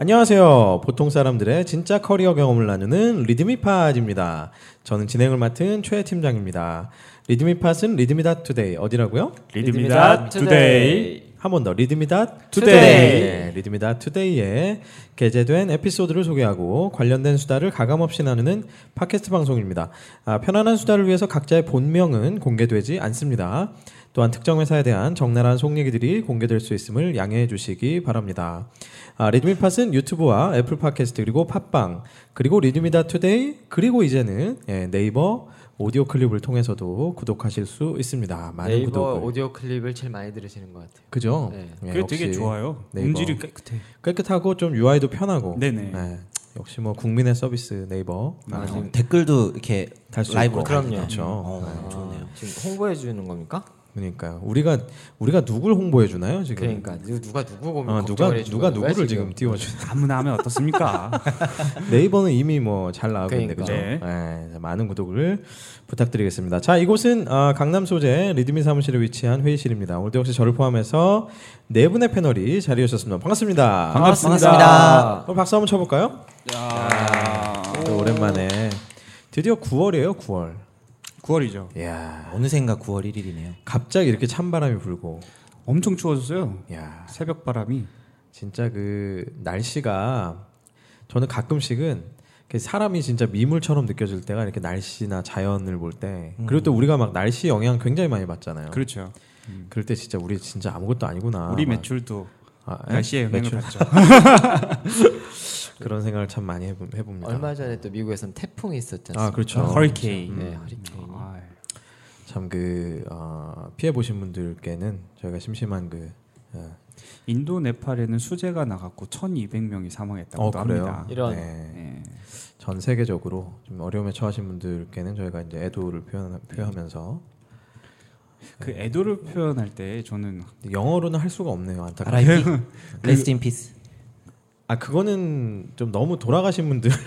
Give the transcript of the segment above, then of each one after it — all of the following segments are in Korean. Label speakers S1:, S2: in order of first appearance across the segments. S1: 안녕하세요. 보통 사람들의 진짜 커리어 경험을 나누는 리드미팟입니다. 저는 진행을 맡은 최 팀장입니다. 리드미팟은 리드미닷 투데이 어디라고요?
S2: 리드미다 투데이
S1: 한 번 더 리드미닷
S2: 투데이.
S1: 네, 리드미닷 투데이에 게재된 에피소드를 소개하고 관련된 수다를 가감 없이 나누는 팟캐스트 방송입니다. 아, 편안한 수다를 위해서 각자의 본명은 공개되지 않습니다. 또한 특정 회사에 대한 적나라한 속 얘기들이 공개될 수 있음을 양해해 주시기 바랍니다. 아, 리드미팟은 유튜브와 애플 팟캐스트 그리고 팟빵 그리고 리드미다 투데이 그리고 이제는 예, 네이버 오디오 클립을 통해서도 구독하실 수 있습니다. 많은
S3: 네이버
S1: 구독을
S3: 어, 오디오 클립을 제일 많이 들으시는 것 같아요.
S1: 그죠?
S3: 네.
S1: 예,
S2: 그게 되게
S1: 역시
S2: 좋아요.
S1: 네이버.
S2: 음질이 깨끗해.
S1: 깨끗하고 좀 UI도 편하고.
S2: 네네.
S1: 예, 역시 뭐 국민의 서비스 네이버.
S4: 아, 지금 댓글도 이렇게
S1: 달수
S4: 라이브로
S1: 있고.
S4: 달리네요.
S1: 그럼요. 그렇죠.
S4: 어,
S3: 아,
S4: 좋네요.
S3: 지금 홍보해 주는 겁니까?
S1: 그러니까 우리가 우리가 누굴 홍보해 주나요 지금?
S3: 그러니까 누- 누가 누구 보면
S4: 아,
S1: 어, 누가
S3: 걱정을 해주는
S1: 누가
S3: 거야,
S1: 누구를 지금 띄워주나?
S2: 아무나 하면 어떻습니까?
S1: 네이버는 이미 뭐 잘 나오고 있는데 그죠?
S3: 그러니까.
S1: 예, 자, 많은 구독을 부탁드리겠습니다. 자 이곳은 아, 강남 소재 리드미 사무실에 위치한 회의실입니다. 오늘도 역시 저를 포함해서 네 분의 패널이 자리해 주셨습니다. 반갑습니다.
S4: 반갑습니다.
S1: 그럼 박수 한번 쳐볼까요? 아, 또 오랜만에 드디어 9월이에요 9월.
S2: 9월이죠.
S1: 이야
S4: 어느샌가 9월 1일이네요.
S1: 갑자기 이렇게 찬바람이 불고
S2: 엄청 추워졌어요.
S1: 야
S2: 새벽 바람이.
S1: 진짜 그 날씨가 저는 가끔씩은 이렇게 사람이 진짜 미물처럼 느껴질 때가 이렇게 날씨나 자연을 볼 때 그리고 또 우리가 막 날씨 영향 굉장히 많이 받잖아요. 그
S2: 그렇죠.
S1: 럴때 진짜 우리 진짜 아무것도 아니구나.
S2: 우리
S1: 막
S2: 매출도
S1: 아, 예?
S2: 날씨에 영향을
S1: 매출.
S2: 받죠.
S1: 그런 생각을 참 많이 해보, 해봅니다.
S3: 얼마 전에 또 미국에서는 태풍이 있었잖아요.
S1: 아 그렇죠.
S2: 허리케인.
S4: 음.
S3: 네, 허리케인.
S2: 아,
S1: 참 그 피해 보신 분들께는 저희가 심심한 그 어,
S2: 인도 네팔에는 수재가 나갔고 1,200명이 사망했다고
S1: 어,
S2: 도 합니다.
S3: 이런.
S1: 네.
S2: 예.
S1: 전 세계적으로 좀 어려움에 처하신 분들께는 저희가 이제 애도를 표현, 표현하면서
S2: 그 애도를 표현할 때 저는
S1: 영어로는 할 수가 없네요 안타깝게
S4: RIP. Rest in peace.
S1: 아 그거는 좀 너무 돌아가신 분들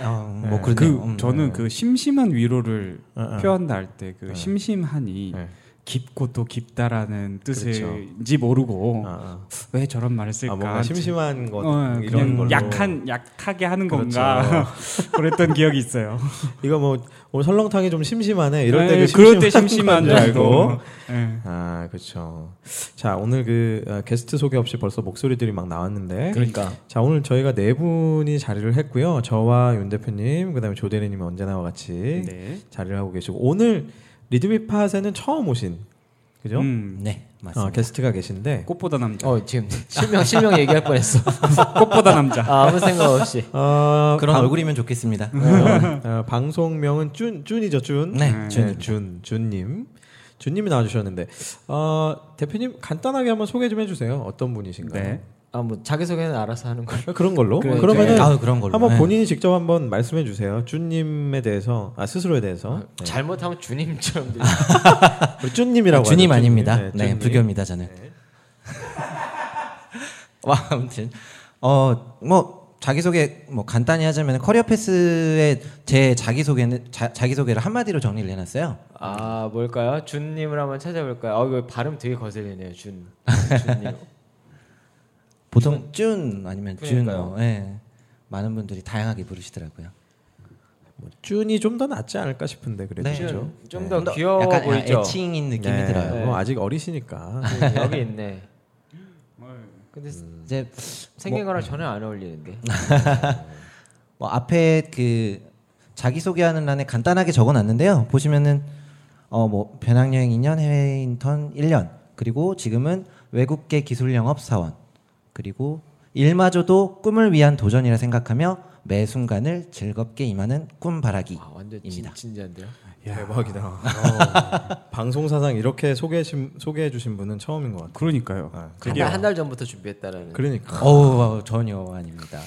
S4: 어, 뭐
S2: 그
S4: 그렇네요. 음.
S2: 저는 그 심심한 위로를
S1: 어, 어.
S2: 표현다 할 때 그 심심하니
S1: 네.
S2: 깊고 또 깊다라는 뜻인지 모르고
S1: 아,
S2: 왜 저런 말을 쓸까?
S1: 아 뭔가 심심한 것
S2: 뭐 어,
S1: 이런
S2: 그냥
S1: 걸로 그렇죠.
S2: 약한 약하게 하는 건가 그랬던 기억이 있어요.
S1: 이거 뭐 오늘 설렁탕이 좀 심심하네 이럴 때
S2: 네,
S1: 그 심심한
S2: 그럴 때 심심한
S1: 줄 알고
S2: 정도. 네.
S1: 아 그렇죠 자 오늘 그 어, 게스트 소개 없이 벌써 목소리들이 막 나왔는데
S3: 그러니까
S1: 자 오늘 저희가 네 분이 자리를 했고요 저와 윤 대표님 그다음에 조 대리님 언제나와 같이
S2: 네.
S1: 자리를 하고 계시고 오늘 리드미팟에는 처음 오신 그죠? 네.
S2: 음,
S4: 네
S1: 어,
S4: 맞습니다.
S1: 게스트가 계신데
S2: 꽃보다 남자.
S3: 어 지금 실명 실명 얘기할 뻔했어.
S2: 꽃보다 남자.
S3: 아, 아무 생각 없이.
S1: 어,
S4: 그런
S1: 방-
S4: 얼굴이면 좋겠습니다.
S1: 어, 방송명은 준 준이죠 준.
S4: 네,
S1: 네, 준 준님. 준님이 나와주셨는데 어, 대표님 간단하게 한번 소개 좀 해주세요. 어떤 분이신가요?
S2: 네.
S3: 아뭐 자기 소개는 알아서 하는 걸.
S1: 그런 걸로.
S3: 그래,
S1: 그러면은
S3: 네.
S4: 아 그런 걸로.
S1: 한번
S4: 네.
S1: 본인이 직접 한번 말씀해 주세요. 준님에 대해서 아 스스로에 대해서 네.
S3: 잘못하면 주님처럼 들.
S1: 우리 준님이라고 하죠,
S4: 주님 아닙니다.
S1: 네,
S4: 네,
S1: 준님.
S4: 불교입니다 저는. 와 아무튼 어뭐 자기소개 뭐 간단히 하자면 커리어 패스에 제 자기소개는 자, 자기소개를 한마디로 정리를 해놨어요.
S3: 아 뭘까요? 준님을 한번 찾아볼까요? 아 이거 발음 되게 거슬리네요. 준. 준님.
S4: 보통 준 아니면 준,
S3: 네. 그러니까요.
S4: 뭐, 예. 많은 분들이 다양하게 부르시더라고요.
S1: 뭐 준이 좀 더 낫지 않을까 싶은데 그래도
S4: 네.
S1: 그죠?
S3: 좀 더
S4: 좀 더
S3: 귀여워
S4: 약간 아,
S3: 보이죠.
S4: 애칭인 느낌이
S1: 네,
S4: 들어요.
S3: 네.
S1: 뭐 아직 어리시니까.
S3: 네, 여기 있네. 근데
S4: 이제
S3: 생긴 거랑
S4: 음.
S3: 전혀 안 어울리는데.
S4: 뭐 앞에 그 자기 소개하는 란에 간단하게 적어놨는데요. 보시면은 어뭐 배낭여행 2년, 해외 인턴 1년, 그리고 지금은 외국계 기술 영업 사원, 그리고 일마저도 꿈을 위한 도전이라 생각하며 매 순간을 즐겁게 임하는 꿈바라기.
S3: 아, 완전 진,
S4: 입니다.
S3: 진지한데요.
S1: 대박이다. 어, 방송 사상 이렇게 소개해 소개해 주신 분은 처음인 것 같아요.
S2: 그러니까요.
S1: 아,
S3: 한달 한 달 전부터 준비했다라는.
S1: 그러니까
S4: 어우 전혀 아닙니다.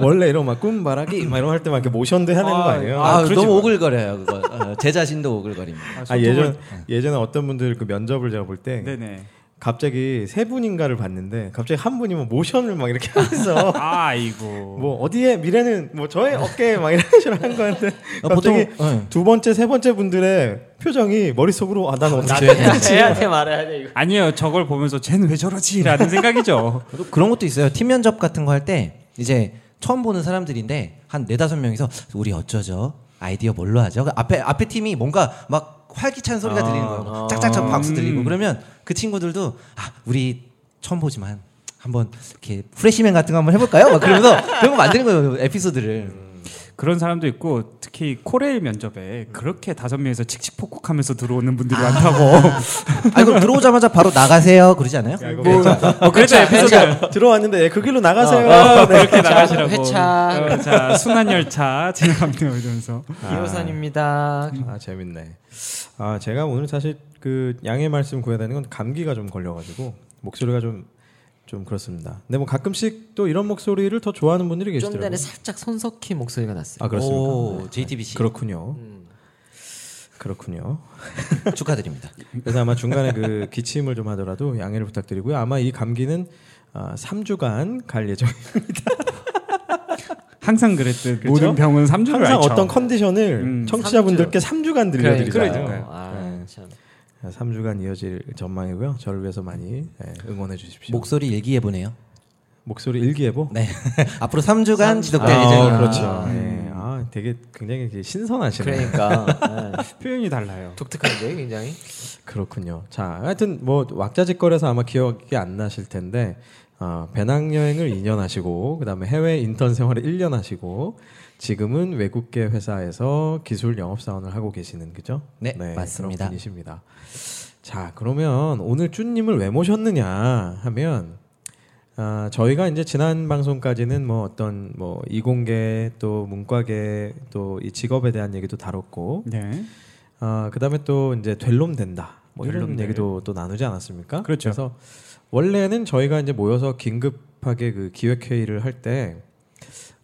S1: 원래 이런 막 꿈바라기 막 이런 할 때 막 이렇게 모션도 해야 되는 거 아니에요?
S4: 아,
S2: 그러지
S4: 너무
S2: 마.
S4: 오글거려요 그거. 어, 제 자신도 오글거립니다.
S1: 아, 예전 예전에 어떤 분들 그 면접을 제가 볼 때
S2: 네네.
S1: 갑자기 세 분인가를 봤는데 갑자기 한 분이 뭐 모션을 막 이렇게 하면서
S2: 아이고.
S1: 뭐 어디에 미래는 뭐 저의 어깨에 막 이런 식으로 한 건데
S4: 어,
S1: 갑자기
S4: 응.
S1: 두 번째 세 번째 분들의 표정이 머릿속으로 아난 어떻게
S3: 나한테 애한테 말해야 돼 이거.
S2: 아니에요. 저걸 보면서 쟤는 왜 저러지라는 생각이죠.
S4: 또 그런 것도 있어요. 팀 면접 같은 거 할 때 이제 처음 보는 사람들인데 한 네다섯 명이서 우리 어쩌죠? 아이디어 뭘로 하죠? 그 앞에 앞에 팀이 뭔가 막 활기찬 소리가
S1: 아,
S4: 들리는 거예요.
S3: 아.
S4: 짝짝짝 박수 들리고
S2: 음.
S4: 그러면 그 친구들도 아 우리 처음 보지만 한번 이렇게 프레시맨 같은 거 한번 해볼까요? 막 그러면서 그런 거 만드는 거예요 에피소드를.
S2: 그런 사람도 있고 특히 코레일 면접에 그렇게 다섯 명이서 칙칙폭폭하면서 들어오는 분들이 많다고.
S4: 아 그럼 들어오자마자 바로 나가세요 그러지 않아요?
S1: 뭐,
S2: 어, 그랬죠 에피소드.
S1: 들어왔는데 예, 그 길로 나가세요.
S3: 아,
S1: 네.
S2: 어, 그렇게 나가시라고.
S3: 회차.
S2: 어, 자 순환 열차 지나갑니다 이러면서.
S4: 아.
S3: 이호선입니다.
S1: 아 재밌네. 아 제가 오늘 사실 그 양해 말씀 구해야 되는 건 감기가 좀 걸려가지고 목소리가 좀 좀 그렇습니다. 근데 뭐 가끔씩 또 이런 목소리를 더 좋아하는 분들이
S3: 좀
S1: 계시더라고요.
S3: 전에 살짝 손석희 목소리가 났어요.
S1: 아 그렇습니까?
S4: 오 JTBC
S1: 그렇군요.
S3: 음.
S1: 그렇군요.
S4: 축하드립니다.
S1: 그래서 아마 중간에 그 기침을 좀 하더라도 양해를 부탁드리고요. 아마 이 감기는 아, 3주간 갈 예정.
S2: 항상 그랬듯
S1: 그렇죠?
S2: 모든 병은 3주를
S1: 항상 어떤 컨디션을
S2: 음,
S1: 청취자분들께 3주간 들려드리잖아요.
S4: 네.
S3: 그러니까요. 아, 참.
S1: 3주간 이어질 전망이고요. 저를 위해서 많이 예, 응원해 주십시오.
S4: 목소리 일기해 보네요.
S1: 목, 소리 일기예보.
S4: 네 앞으로 3주간 지속될
S1: 아,
S4: 예정입니다.
S1: 그렇죠. 예. 아, 되게 굉장히 이렇게 신선하시네요.
S3: 음. 그러니까 네.
S2: 표현이 달라요.
S3: 독특한데 굉장히.
S1: 그렇군요. 자, 하여튼 뭐 왁자지껄에서 아마 기억이 안 나실 텐데 어, 배낭여행을 2년 하시고 그다음에 해외 인턴 생활을 1년 하시고 지금은 외국계 회사에서 기술 영업사원을 하고 계시는 그죠?
S4: 네, 맞습니다.
S1: 그런 분이십니다. 자, 그러면 오늘 쭈님을 왜 모셨느냐 하면 아, 저희가 이제 지난 방송까지는 뭐 어떤 뭐 이공계 또 문과계 또 이 직업에 대한 얘기도 다뤘고
S2: 네.
S1: 아 그다음에 또 이제 될놈 된다 뭐 이런
S2: 될놈
S1: 얘기도 또 나누지 않았습니까?
S2: 그렇죠.
S1: 래서 원래는 저희가 이제 모여서 긴급하게 그 기획 회의를 할 때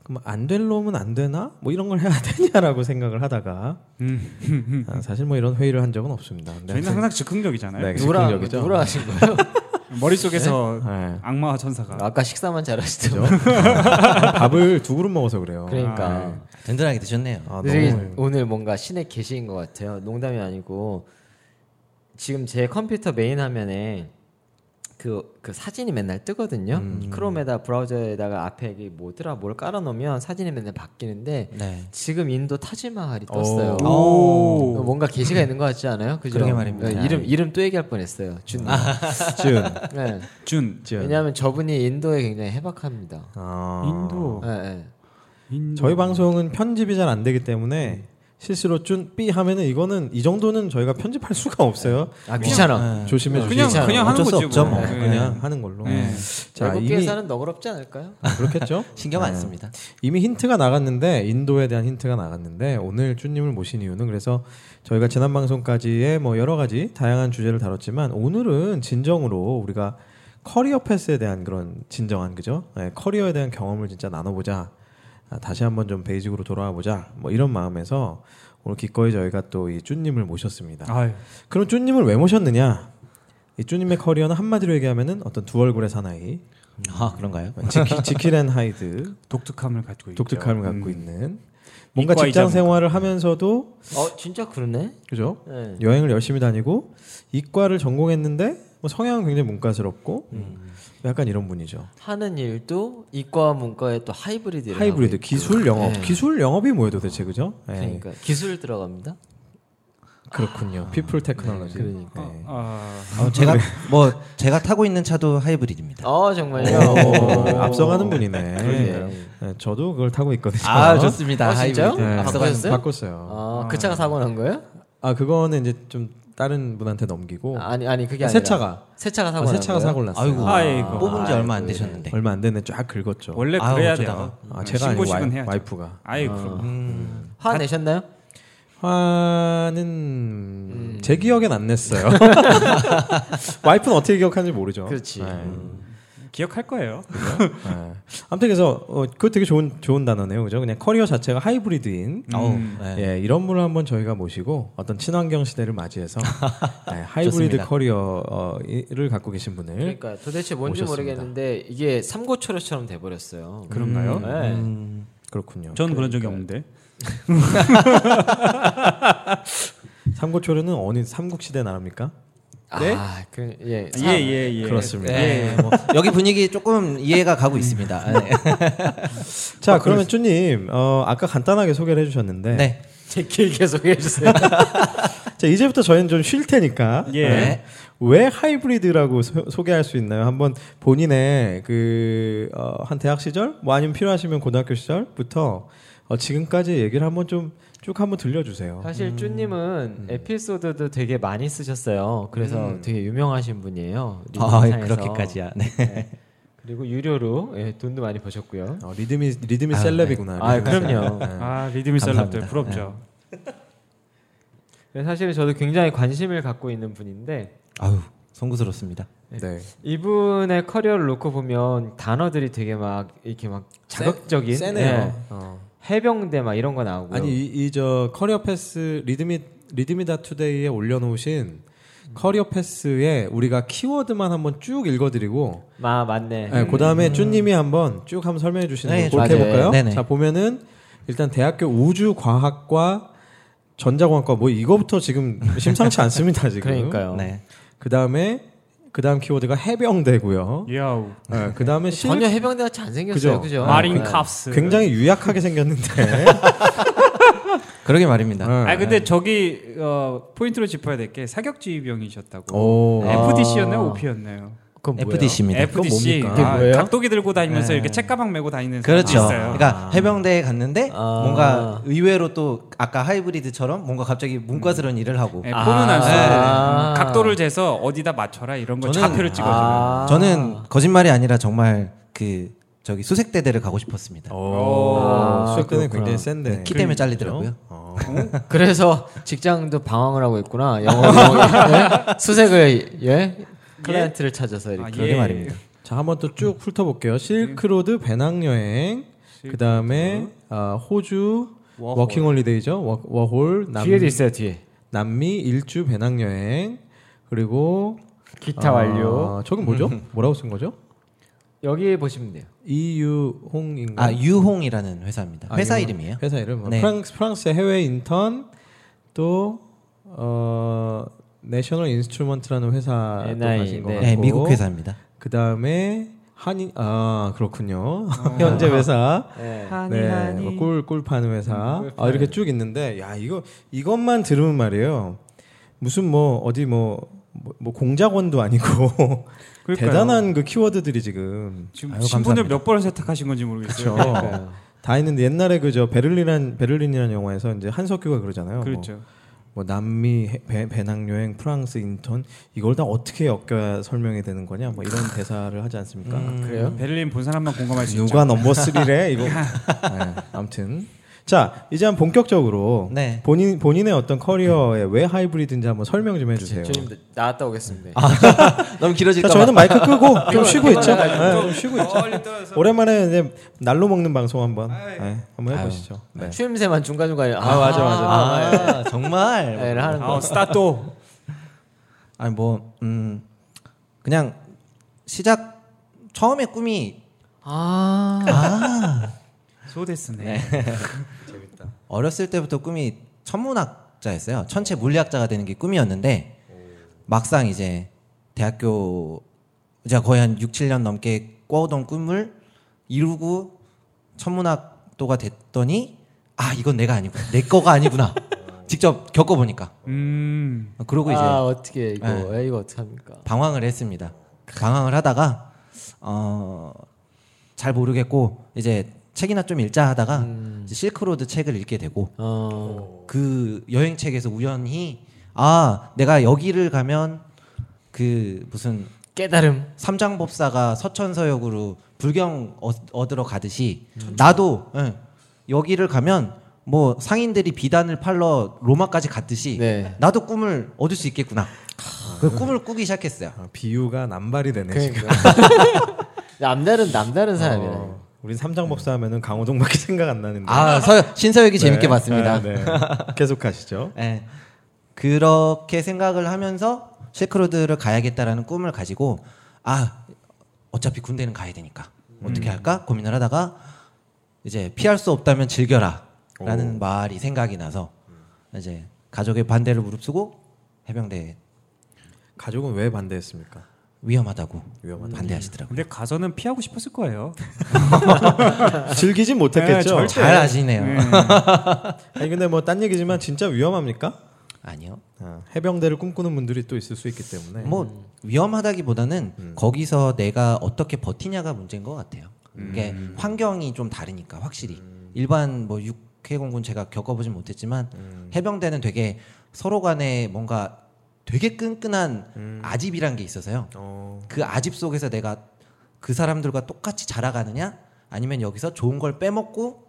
S1: 그럼 안 될 놈은 안 되나 뭐 이런 걸 해야 되냐라고 생각을 하다가 아, 사실 뭐 이런 회의를 한 적은 없습니다. 근데
S2: 음. 저희는 항상 즉흥적이잖아요.
S1: 네,
S3: 누구랑
S1: 즉흥적이죠.
S3: 누구랑 하신 거예요?
S2: 머릿속에서
S1: 네.
S2: 악마와 천사가
S3: 아까 식사만 잘하시죠.
S1: 그죠? 밥을 두 그릇 먹어서 그래요.
S3: 그러니까
S2: 아, 네.
S4: 든든하게 드셨네요.
S1: 아,
S3: 되게
S1: 너무
S3: 오늘 뭔가 신의 계시인 것 같아요. 농담이 아니고 지금 제 컴퓨터 메인 화면에 그, 그 사진이 맨날 뜨거든요. 크롬에다 브라우저에다가 앞에 이게 뭐더라 뭘 깔아놓으면 사진이 맨날 바뀌는데
S4: 네.
S3: 지금 인도 타지마할이 떴어요.
S1: 오.
S2: 오.
S3: 뭔가 계시가 있는 것 같지 않아요? 그죠?
S4: 그러게 말입니다.
S3: 네, 이름 이름 또 얘기할 뻔했어요. 준.
S1: 찌은,
S3: 네.
S2: 준
S1: 찌은.
S3: 왜냐하면 저분이 인도에 굉장히 해박합니다.
S1: 아.
S2: 인도.
S3: 네, 네.
S2: 인도.
S1: 저희 방송은 편집이 잘 안 되기 때문에 실수로 쭌삐 하면은 이거는 이 정도는 저희가 편집할 수가 없어요.
S3: 아 귀찮아.
S4: 네.
S1: 조심해
S2: 그냥
S1: 주시고
S3: 그냥
S2: 그냥 하는
S4: 어쩔 수
S2: 거지
S4: 없죠,
S2: 뭐.
S4: 뭐.
S2: 네.
S1: 그냥 하는 걸로.
S2: 네.
S1: 자
S3: 외국
S1: 이미 아,
S3: 회사는 너그럽지 않을까요?
S1: 그렇겠죠.
S4: 신경 안
S1: 네.
S4: 씁니다.
S1: 이미 힌트가 나갔는데 인도에 대한 힌트가 나갔는데 오늘 쭈님을 모신 이유는 그래서 저희가 지난 방송까지의 뭐 여러 가지 다양한 주제를 다뤘지만 오늘은 진정으로 우리가 커리어 패스에 대한 그런 진정한 그죠 네, 커리어에 대한 경험을 진짜 나눠보자 아, 다시 한번 좀 베이직으로 돌아와 보자 뭐 이런 마음에서 오늘 기꺼이 저희가 또 이 쭈님을 모셨습니다.
S2: 아유.
S1: 그럼 쭈님을 왜 모셨느냐? 이 쭈님의 커리어는 한마디로 얘기하면은 어떤 두 얼굴의 사나이,
S4: 아 그런가요?
S1: 지키, 지킬앤 하이드,
S2: 독특함을 가지고 있죠. 음.
S1: 독특함을
S3: 음.
S1: 갖고 있는 뭔가
S2: 이과이자
S1: 직장
S2: 문과.
S1: 생활을 하면서도
S3: 어 진짜 그러네.
S1: 그죠?
S3: 네.
S1: 여행을 열심히 다니고 이과를 전공했는데 뭐 성향은 굉장히 문과스럽고
S3: 음.
S1: 약간 이런 분이죠.
S3: 하는 일도 이과와 문과의 또 하이브리드
S1: 하이브리드 기술 영업,
S3: 네.
S1: 기술 영업이 뭐예요 도대체 그죠? 예.
S3: 그러니까 기술 들어갑니다.
S1: 그렇군요. 피플 테크놀로지.
S3: 그러니까.
S1: 네.
S2: 아,
S4: 어, 제가 뭐 제가 타고 있는 차도 하이브리드입니다.
S3: 어 정말요.
S1: 아, 오, 네. 앞서가는 분이네.
S3: 어. 그러네요.
S1: 예, 저도 그걸 타고 있거든요.
S4: 아 좋습니다.
S3: 어, 진짜요?
S4: 하이브리드.
S3: 네.
S4: 앞서가는-
S3: 바꿔줬어요?
S1: 바꿨어요.
S3: 아, 그 차가 사고 난 거예요?
S1: 아 그거는 이제 좀 다른 분한테 넘기고
S3: 아니 아니 그게
S1: 아,
S3: 아니라
S1: 새 차가
S3: 새 차가 사고
S1: 아, 새
S3: 난
S1: 차가
S3: 거예요?
S1: 사고 네. 났어요.
S4: 아이고, 네.
S2: 아이고.
S4: 뽑은 지 얼마 안
S3: 아이고.
S4: 되셨는데.
S1: 얼마 안 됐는데 쫙 긁었죠.
S2: 원래
S4: 아유,
S2: 그래야
S4: 어쩌다가.
S2: 돼요.
S1: 아, 제가 아니고
S2: 신고식은
S1: 와이,
S2: 해야죠. 음.
S1: 와이프가
S2: 아이 그럼.
S3: 화내셨나요?
S1: 화는 제 기억엔 안 냈어요. 와이프는 어떻게 기억하는지 모르죠.
S3: 그렇지.
S1: 네.
S2: 기억할 거예요.
S1: 예. 아무튼 그래서 어, 그거 되게 좋은 좋은 단어네요, 그죠? 그냥 커리어 자체가 하이브리드인.
S4: 어우,
S2: 음.
S4: 네.
S1: 예, 이런 분을 한번 저희가 모시고 어떤 친환경 시대를 맞이해서 예, 하이브리드
S4: 좋습니다.
S1: 커리어를 갖고 계신 분을
S3: 그러니까 도대체 뭔지
S1: 예? 오셨습니다.
S3: 모르겠는데 이게 삼고초려처럼 돼버렸어요.
S2: 그런가요?
S3: 네.
S4: 음,
S1: 그렇군요.
S2: 저는 그런 적이 없는데.
S1: 삼고초려는 어느 삼국 시대 나라입니까? 네?
S3: 아, 그, 예.
S2: 예, 예, 예.
S1: 그렇습니다.
S4: 네, 뭐, 여기 분위기 조금 이해가 가고 있습니다. 아, 네.
S1: 자, 그러면 쭈님, 어, 아까 간단하게 소개를 해주셨는데,
S4: 네.
S3: 제 길게 소개해주세요.
S1: 자 이제부터 저희는 좀 쉴 테니까,
S2: 예.
S1: 네. 왜 하이브리드라고 소, 개할수 있나요? 한번 본인의 그, 어, 한 대학 시절, 뭐 아니면 필요하시면 고등학교 시절부터 어, 지금까지 얘기를 한번 좀 쭉 한번 들려주세요.
S3: 사실 쭈님은 에피소드도 되게 많이 쓰셨어요. 그래서 되게 유명하신 분이에요.
S4: 아,
S3: 리듬상에서.
S4: 그렇게까지야. 네.
S3: 그리고 유료로 예, 돈도 많이 버셨고요.
S1: 어, 리듬이 리듬이
S4: 아,
S1: 셀럽이구나.
S3: 아,
S1: 리듬이
S3: 그럼요.
S1: 셀럽. 네.
S2: 아 리듬이 셀럽들
S4: 감사합니다.
S2: 부럽죠.
S3: 네, 사실은 저도 굉장히 관심을 갖고 있는 분인데
S4: 아우, 송구스럽습니다.
S1: 네.
S3: 이분의 커리어를 놓고 보면 단어들이 되게 막 이렇게 막 자극적인
S1: 세네요.
S3: 예,
S1: 어.
S3: 해병대 막 이런 거 나오고요.
S1: 아니 이 저 커리어 패스 리드미 리드미다 투데이에 올려놓으신 커리어 패스에 우리가 키워드만 한번 쭉 읽어드리고
S3: 마 맞네.
S1: 네, 그다음에 쭈님이 한번 쭉 한번 설명해 주시는
S4: 네,
S1: 거 그렇게
S3: 좋아요.
S1: 해볼까요?
S4: 네네.
S1: 자 보면은 일단 대학교 우주과학과 전자공학과 뭐 이거부터 지금 심상치 않습니다 지금.
S3: 그러니까요.
S4: 네.
S1: 그다음에 그다음 키워드가 해병대고요.
S2: 야우.
S1: 네, 그다음에 실
S3: 전혀 해병대 같이 안
S1: 그죠?
S3: 생겼어요. 그죠?
S2: 마린
S3: 네.
S2: 캅스.
S1: 굉장히 유약하게 생겼는데. 예.
S4: 그러게 말입니다.
S1: 네.
S2: 아 근데 저기 어, 포인트로 짚어야 될 게 사격지휘병이셨다고.
S1: 오.
S3: 아.
S2: FDC였나요? OP였나요?
S3: 그건 뭐예요?
S4: FDC입니다.
S2: FDC.
S1: 뭡니까?
S3: 그게 뭐예요?
S2: 각도기 들고 다니면서 이렇게 책가방 메고 다니는
S4: 그렇죠.
S2: 사람도 있어요.
S4: 그러니까 해병대에 갔는데
S3: 아.
S4: 뭔가 의외로 또 아까 하이브리드처럼 뭔가 갑자기 문과스러운 일을 하고
S2: 예, 폼은 안
S3: 아.
S2: 써요.
S3: 아.
S2: 음, 각도를 재서 어디다 맞춰라 이런 거
S4: 저는-
S2: 좌표를 찍어주는.
S3: 아.
S4: 저는 거짓말이 아니라 정말 그 저기 수색대대를 가고 싶었습니다. 네,
S1: 오.
S3: 아,
S1: 수학 때는
S3: 그렇구나.
S1: 굉장히 센데.
S4: 키 때문에 잘리더라고요.
S1: 어.
S3: 그래서 직장도 방황을 하고 있구나. 영어, 영어 예? 수색을 예 클라이언트를 찾아서
S2: 아,
S3: 이렇게.
S4: 그러게
S2: 예.
S4: 말입니다.
S1: 자, 한번 또 쭉 훑어볼게요. 실크로드 배낭 여행,
S2: 네.
S1: 그 다음에 아, 호주
S4: 워홀.
S1: 워킹 홀리데이죠. 워, 워홀 남,
S3: 뒤에도 있어요 뒤에.
S1: 남미 일주 배낭 여행 그리고
S3: 기타 완료.
S1: 아, 저건 뭐죠?
S4: 음.
S1: 뭐라고 쓴 거죠?
S3: 여기 보시면 돼요.
S1: EU 홍인가?
S4: 아 유홍이라는 회사입니다.
S1: 아,
S4: 회사
S1: 이거-
S4: 이름이에요.
S1: 회사 이름.
S4: 네.
S1: 프랑스 프랑스 해외 인턴 또 어, 내셔널 인스트루먼트라는 회사 또
S3: NI,
S1: 가신 거
S3: 네.
S1: 같고.
S4: 네, 미국 회사입니다.
S1: 그 다음에 한인 아 그렇군요 현재 회사
S3: 예.
S1: 네, 어, 네꿀꿀 파는
S2: 음,
S1: 회사
S3: 꿀
S1: 아 이렇게 쭉 있는데 야 이거 이것만 들으면 말이에요 무슨 뭐 어디 뭐, 뭐, 뭐 공작원도 아니고
S2: 그러니까요.
S1: 대단한 그 키워드들이 지금
S2: 지금
S1: 아유,
S2: 신분을 네.
S1: 감사합니다.
S2: 몇 번을 세탁하신 건지 모르겠어요.
S1: 그렇죠 다 있는데 옛날에 그저 베를린한 베를린이라는 영화에서 이제 한석규가 그러잖아요 뭐
S2: 그렇죠.
S1: 뭐 남미 해- 배, 배낭여행 프랑스 인턴 이걸 다 어떻게 엮여야 설명이 되는 거냐 뭐 이런 대사를 하지 않습니까?
S2: 음.
S3: 그래요?
S2: 베를린 본 사람만 공감할 수 있죠.
S1: 누가 넘버 3래 이거 네, 아무튼 자 이제 한 본격적으로
S4: 네.
S1: 본인 본인의 어떤 커리어에 왜 하이브리드인지 한번 설명 좀 해주세요.
S3: 주님 나갔다 오겠습니다.
S4: 너무 길어질까
S1: 자
S4: 봐.
S1: 저는 마이크 끄고 좀 쉬고 있죠. 네,
S2: 또
S1: 좀 쉬고 있죠.
S2: 멀리 떨어져서
S1: 오랜만에 이제 날로 먹는 방송 한번 네, 한번 해보시죠. 네.
S3: 추임새만 중간 중간에 아,
S1: 맞아, 맞아.
S4: 아,
S3: 예,
S4: 정말.
S3: 예, 하는 거.
S2: 아, 스타또.
S4: 아니 뭐 음, 그냥 시작 처음에 꿈이
S3: 아.
S2: 소데스네.
S4: 어렸을 때부터 꿈이 천문학자였어요. 천체 물리학자가 되는 게 꿈이었는데 막상 이제 대학교 제가 거의 한 6, 7년 넘게 꿔오던 꿈을 이루고 천문학도가 됐더니 아 이건 내가 아니고 내 거가 아니구나 직접 겪어보니까
S2: 음.
S4: 그러고 이제
S3: 아 어떻게 이거
S4: 예.
S3: 예, 이거 어떻게 합니까?
S4: 방황을 했습니다. 방황을 하다가 어, 잘 모르겠고 이제 책이나 좀 읽자 하다가 이제 실크로드 책을 읽게 되고
S3: 어.
S4: 그 여행 책에서 우연히 아 내가 여기를 가면 그 무슨
S3: 깨달음.
S4: 삼장법사가 서천서역으로 불경 얻- 얻으러 가듯이 나도 예, 여기를 가면 뭐 상인들이 비단을 팔러 로마까지 갔듯이
S3: 네.
S4: 나도 꿈을 얻을 수 아. 있겠구나. 그 꿈을 꾸기 시작했어요.
S1: 아, 비유가 남발이 되네 지금.
S3: 그러니까. 남다른 남다른 사람이네. 요
S1: 어, 우린 삼장 법사 하면은 강호동밖에 생각 안 나는데.
S4: 아 서, 신서유기
S1: 네.
S4: 재밌게 봤습니다.
S1: 아, 네. 계속하시죠.
S4: 예. 그렇게 생각을 하면서 실크로드를 가야겠다라는 꿈을 가지고 아 어차피 군대는 가야 되니까 어떻게
S1: 음.
S4: 할까 고민을 하다가 이제 피할 수 없다면 즐겨라라는 말이 생각이 나서 이제 가족의 반대를 무릅쓰고 해병대
S1: 가족은 왜 반대했습니까?
S4: 위험하다고
S1: 위험하다.
S4: 반대하시더라고요.
S2: 근데 가서는 피하고 싶었을 거예요.
S1: 즐기진 못했겠죠.
S2: 네, 절대.
S4: 잘 아시네요.
S2: 네.
S1: 음. 아니 근데 뭐 딴 얘기지만 진짜 위험합니까?
S4: 아니요.
S1: 아, 해병대를 꿈꾸는 분들이 또 있을 수 있기 때문에.
S4: 뭐 위험하다기보다는 거기서 내가 어떻게 버티냐가 문제인 것 같아요. 이게 환경이 좀 다르니까 확실히 일반 뭐 육해공군 제가 겪어보진 못했지만 해병대는 되게 서로 간에 뭔가 되게 끈끈한 아집이란 게 있어서요.
S1: 어,
S4: 그 아집 속에서 내가 그 사람들과 똑같이 자라가느냐 아니면 여기서 좋은 걸 빼먹고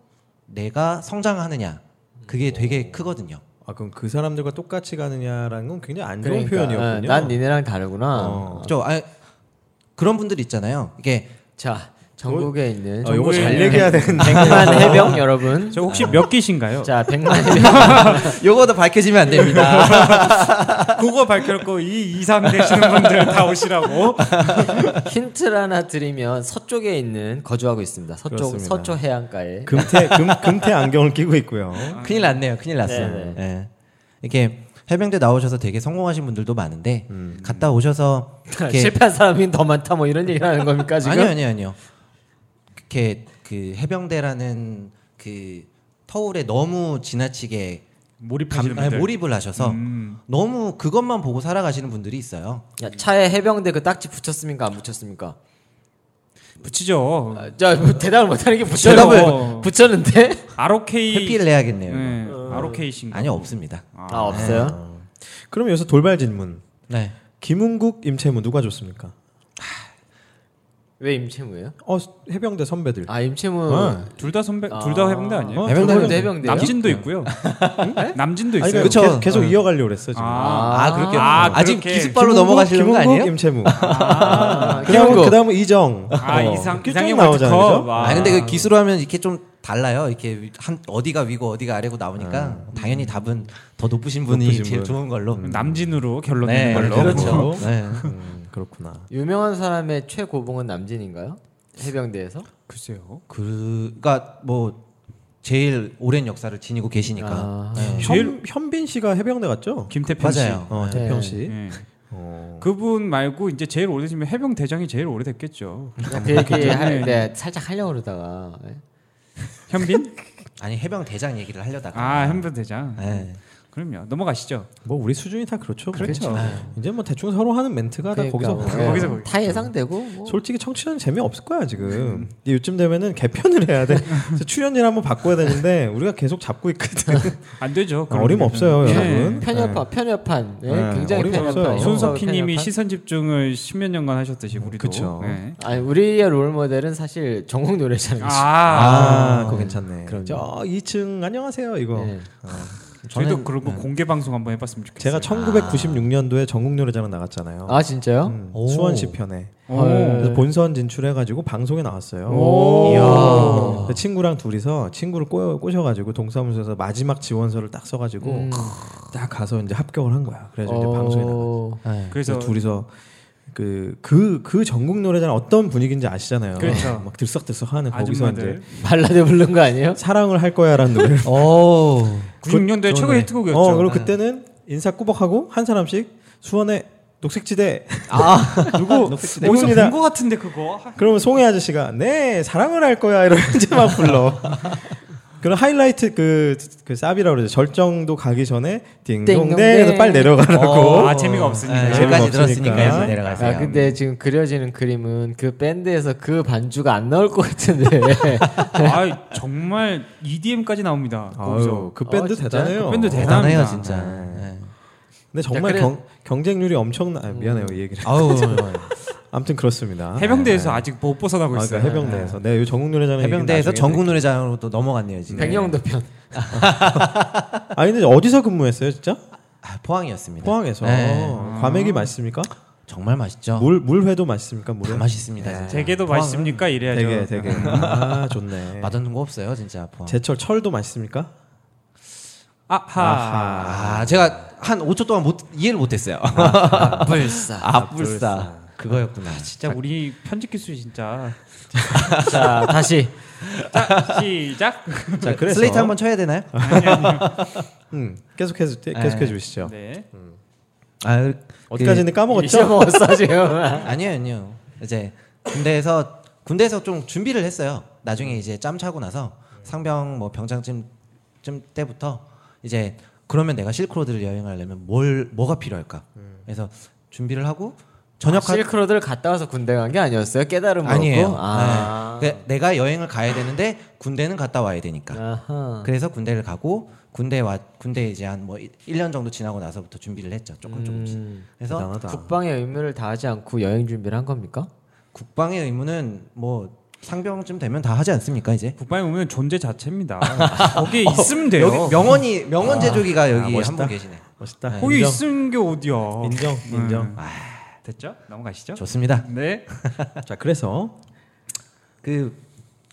S4: 내가 성장하느냐 그게 되게 크거든요.
S1: 아 그럼 그 사람들과 똑같이 가느냐라는 건 굉장히 안 좋은
S3: 그러니까,
S1: 표현이었군요.
S3: 예, 난 니네랑 다르구나.
S1: 어.
S4: 저 아, 그런 분들 있잖아요. 이게
S3: 자, 전국에 있는
S1: 아, 요거 잘
S2: 정보에-
S3: 네.
S1: 얘기해야 되는데.
S3: 100만 해병 여러분.
S2: 저 혹시 몇 기신가요?
S3: 자, 100만 해병.
S4: 요거도 밝혀지면 안 됩니다.
S2: 그거 밝혔고 이 이상 되시는 분들 다 오시라고.
S3: 힌트를 하나 드리면 서쪽에 있는 거주하고 있습니다. 서쪽
S1: 그렇습니다.
S3: 서초 해안가에.
S1: 금태 금, 금태 안경을 끼고 있고요.
S4: 큰일 났네요. 큰일
S3: 네,
S4: 났어요. 예. 이렇게 해병대 나오셔서 되게 성공하신 분들도 많은데 갔다 오셔서 이렇게
S3: 아, 그 실패한 사람이 더 많다 뭐 이런 얘기를 하는 겁니까 지금?
S4: 아니요, 아니요, 아니요. 이렇게 그 해병대라는 그 터울에 너무 지나치게
S2: 몰입하시는
S4: 감, 아니,
S2: 분들.
S4: 몰입을 하셔서
S2: 음.
S4: 너무 그것만 보고 살아가시는 분들이 있어요.
S3: 야, 차에 해병대 그 딱지 붙였습니까 안 붙였습니까?
S2: 붙이죠.
S3: 아, 자, 뭐 대답을 못하는 게 붙여요.
S2: 대답을-
S3: 붙였는데?
S2: ROK.
S4: 회피를 내야겠네요. 이거.
S2: 네. ROK신가?
S4: 아니요, 없습니다.
S3: 아 없어요.
S1: 그럼 여기서 돌발 질문.
S4: 네.
S1: 김웅국 임채무 누가 좋습니까?
S3: 왜 임채무예요?
S1: 어 해병대 선배들.
S3: 아 임채무
S1: 그 어.
S2: 둘 다 선배, 둘 다 해병대 아니에요?
S1: 어,
S4: 해병대는
S1: 저거는-
S3: 해병대 해병대요?
S2: 남진도 있고요. 남진도
S1: 아니, 그러니까
S2: 있어요.
S4: 네? 그쵸.
S1: 계- 계속 이어가려고 그랬어 지금.
S4: 아, 그렇게
S2: 아,
S4: 아, 직
S2: 그렇게.
S4: 기습발로
S1: 김웅국,
S4: 넘어가시는 거
S1: 김웅국,
S4: 아니에요?
S1: 임채무.
S3: 아,
S1: 그다음
S3: 김영국.
S1: 그다음은 이정.
S2: 아,
S1: 어,
S2: 이상
S1: 이렇게
S2: 이상형
S1: 쭉 나오잖아요.
S2: 월드컵.
S1: 그죠?
S2: 아.
S4: 아 근데 그 기수로 하면 이렇게 좀 달라요. 이렇게 위- 한 어디가 위고 어디가 아래고 나오니까 당연히 답은 더 높으신 분이
S1: 높으신
S4: 제일
S1: 분.
S4: 좋은 걸로.
S2: 음, 남진으로 결론
S4: 그 네,
S2: 내는 걸로.
S1: 그렇죠.
S4: 네.
S1: 음, 그렇구나.
S3: 유명한 사람의 최고봉은 남진인가요? 해병대에서?
S2: 글쎄요.
S4: 그가 뭐 제일 오랜 역사를 지니고 계시니까.
S3: 아.
S4: 네.
S1: 현, 현빈 씨가 해병대 갔죠?
S2: 김태평 씨.
S4: 맞아요.
S1: 어,
S3: 네.
S1: 태평 씨.
S2: 예.
S1: 어.
S2: 그분 말고 이제 제일 오래되시면 해병 대장이 제일 오래됐겠죠.
S3: 그냥 그 얘기 할, 네, 살짝 하려고 그러다가 예.
S2: 현빈?
S4: 아니 해병 대장 얘기를 하려다가.
S2: 아, 현빈 대장.
S4: 네.
S2: 그럼요. 넘어가시죠.
S1: 뭐 우리 수준이 다 그렇죠. 뭐.
S2: 그렇죠.
S1: 이제 뭐 대충 서로 하는 멘트가 다 거기서
S3: 뭐,
S1: 오는
S3: 예.
S1: 거야.
S2: 거기서 거기.
S3: 다 예상되고 뭐.
S1: 솔직히 청취자는 재미없을 거야 지금 이제 요쯤 되면은 개편을 해야 돼 그래서 출연일 한번 바꿔야 되는데 우리가 계속 잡고 있거든
S2: 안 되죠. 그럼.
S1: 아, 어림없어요
S2: 예.
S1: 여러분
S3: 편협한 편협한 예,
S1: 네,
S3: 굉장히
S1: 어림없어요.
S3: 편협한
S2: 손석희 님이
S3: 편협한.
S2: 시선 집중을 십몇 년간 하셨듯이 우리도.
S1: 그쵸.
S2: 예.
S3: 아니 우리의 롤 모델은 사실 정국 노래잖아요.
S2: 아.
S1: 네. 아,
S3: 아,
S1: 그거 괜찮네
S3: 그럼요.
S1: 저 2층 안녕하세요 이거 어.
S3: 예.
S2: 저희도
S4: 저는-
S2: 그런 거 공개 방송 한번 해 봤으면 좋겠어요.
S1: 네. 제가 1996년도에 전국노래자랑 나갔잖아요
S3: 아 진짜요?
S1: 음,
S4: 오.
S1: 수원시 편에
S2: 오.
S1: 그래서 본선 진출해가지고 방송에 나왔어요
S2: 네. 오.
S1: 이야. 그래서 친구랑 둘이서 친구를 꼬, 꼬셔가지고 동사무소에서 마지막 지원서를 딱 써가지고
S3: 음.
S1: 딱 가서 이제 합격을 한 거야 그래서 이제
S3: 어.
S1: 방송에 나갔어
S4: 네.
S2: 그래서
S1: 둘이서 그 그 그 전국 노래자는 어떤 분위기인지 아시잖아요.
S2: 그렇죠.
S1: 막 들썩들썩하는 거기서
S2: 아줌마들
S1: 이제
S3: 발라드 부른 거 아니에요?
S1: 사랑을 할 거야라는 노래를
S4: 오.
S2: 96년대 최고 의 히트곡이었죠. 네.
S1: 어, 그리고 그때는 인사 꾸벅하고 한 사람씩 수원의 녹색지대 아 누구
S2: 어디서
S1: 누구입니다.
S2: 본거 같은데 그거. 하-
S1: 그러면 송혜 아저씨가 네 사랑을 할 거야 이러면서 막 불러. 그런 하이라이트 그, 그 쌉이라고 그러죠. 절정도 가기 전에 띵동댕
S3: 띵동댕.
S1: 해서 빨리 내려가라고.
S2: 아, 재미가 없으니까.
S4: 네,
S1: 재미가
S4: 여기까지
S1: 없으니까.
S4: 들었으니까 이제 내려가세요.
S3: 아 근데 지금 그려지는 그림은 그 밴드에서 그 반주가 안 나올 것 같은데
S1: 네.
S2: 아, 정말 EDM까지 나옵니다.
S1: 아유,
S2: 거기서.
S1: 그 밴드
S3: 어, 진짜?
S1: 대단해요.
S2: 그 밴드 대단-
S4: 대단해요
S2: 대단합니다.
S4: 진짜. 네.
S1: 근데 정말
S3: 그래-
S1: 경, 경쟁률이 엄청나 아, 미안해요 이 얘기를
S4: 아우.
S1: 아무튼 그렇습니다
S2: 해병대에서 아직 못 벗어나고
S1: 아,
S2: 있어요.
S1: 그러니까 해병대에서 네, 요 전국 노래자랑
S4: 해병대에서
S1: 얘기는 나중에
S4: 전국 노래장으로 또 넘어갔네요 지금.
S3: 백령도 편
S1: 네. 아니 근데 어디서 근무했어요 진짜
S4: 아, 어. 포항이었습니다.
S1: 포항에서
S4: 네.
S1: 과맥이 맞습니까
S4: 정말 맛있죠.
S1: 물 물회도 맛있습니까? 물회
S4: 다 맛있습니다. 진짜.
S2: 대게도
S4: 포항은
S2: 맛있습니까? 이래야죠.
S1: 네. 되게 되게
S4: 네.
S1: 아 좋네.
S4: 맛없는 거 없어요, 진짜. 포항.
S1: 제철 철도 맛있습니까?
S2: 아하.
S4: 아, 제가 한 5초 동안 못 이해를 못했어요.
S1: 아,
S3: 불사.
S4: 아불사 아, 그거였구나. 아,
S2: 진짜 우리 편집 기술 진짜.
S3: 자 다시
S2: 자, 시작.
S1: 자 그래서
S4: 슬레이트 한번 쳐야 되나요?
S1: 음, 계속해서
S4: 네.
S1: 계속해 주시죠.
S2: 네.
S4: 아,
S1: 어디까지는 까먹었죠?
S3: 잊어먹었어 지금.
S4: 아니요, 아니요. 이제 군대에서 군대에서 좀 준비를 했어요. 나중에 이제 짬 차고 나서 상병 뭐 병장쯤 쯤 때부터 이제 그러면 내가 실크로드를 여행하려면 뭘 뭐가 필요할까? 그래서 준비를 하고 저녁
S3: 아, 실크로드를 갔다 와서 군대 간 게 아니었어요? 깨달음
S4: 아니에요.
S3: 먹고? 아.
S4: 네. 그 내가 여행을 가야 되는데 군대는 갔다 와야 되니까.
S3: 아하.
S4: 그래서 군대를 가고 군대 와 군대 이제 한 뭐 1년 정도 지나고 나서부터 준비를 했죠. 조금 조금씩.
S3: 음.
S4: 그래서
S1: 대단하다.
S3: 국방의 의무를 다하지 않고 여행 준비를 한 겁니까?
S4: 국방의 의무는 뭐 상병쯤 되면 다 하지 않습니까 이제?
S2: 국방에 오면 존재 자체입니다. 거기에 있으면 돼요.
S4: 여기 명언이 명언 제조기가 여기 한
S1: 아, 멋있다.
S4: 분 계시네. 음.
S1: 멋있다.
S2: 거기
S1: 인정.
S2: 있으면 게 어디야.
S1: 인정 인정.
S4: 아.
S2: 됐죠? 넘어가시죠.
S4: 좋습니다.
S2: 네.
S1: 자 그래서
S4: 그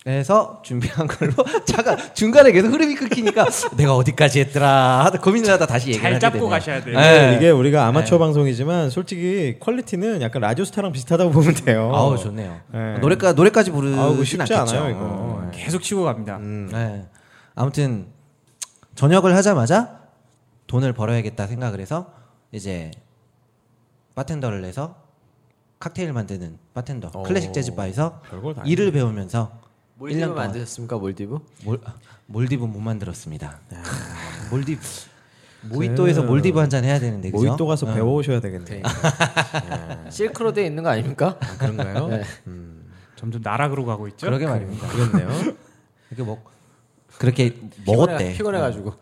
S4: 그래서 준비한 걸로 잠깐 중간에 계속 흐름이 끊기니까 내가 어디까지 했더라 하다 고민을 하다 다시 얘기를
S2: 잘
S4: 하게
S2: 잡고
S4: 되네요.
S2: 가셔야
S1: 아,
S2: 돼요.
S4: 네.
S1: 이게 우리가 아마추어 방송이지만 솔직히 퀄리티는 약간 라디오스타랑 비슷하다고 보면 돼요.
S4: 아우 좋네요.
S1: 네.
S4: 노래까 노래까지 부르진
S1: 아우, 그거 쉽지
S4: 않겠죠.
S1: 않아요, 이거.
S4: 어.
S2: 계속 치고 갑니다.
S1: 음.
S4: 네. 아무튼 저녁을 하자마자 돈을 벌어야겠다 생각을 해서 이제 바텐더를 해서 칵테일 만드는 바텐더
S1: 오.
S4: 클래식 재즈 바에서
S1: 별걸 어. 다. 했네.
S4: 일을 배우면서
S3: 몰디브
S4: 1년 동안.
S3: 만드셨습니까? 몰디브?
S4: 몰,
S1: 아.
S4: 몰디브 못 만들었습니다. 몰디브 모히또에서 몰디브 한 잔 해야 되는데 그죠? 어,
S1: 모히또 가서 배워오셔야 되겠네. 요
S3: 실크로드에 있는 거 아닙니까?
S1: 그런가요?
S3: 네.
S2: 점점 나락으로 가고 있죠.
S4: 그러게 말입니다.
S1: 그렇네요.
S4: 이렇게 먹 그렇게 먹었대.
S3: 피곤해, 피곤해가지고.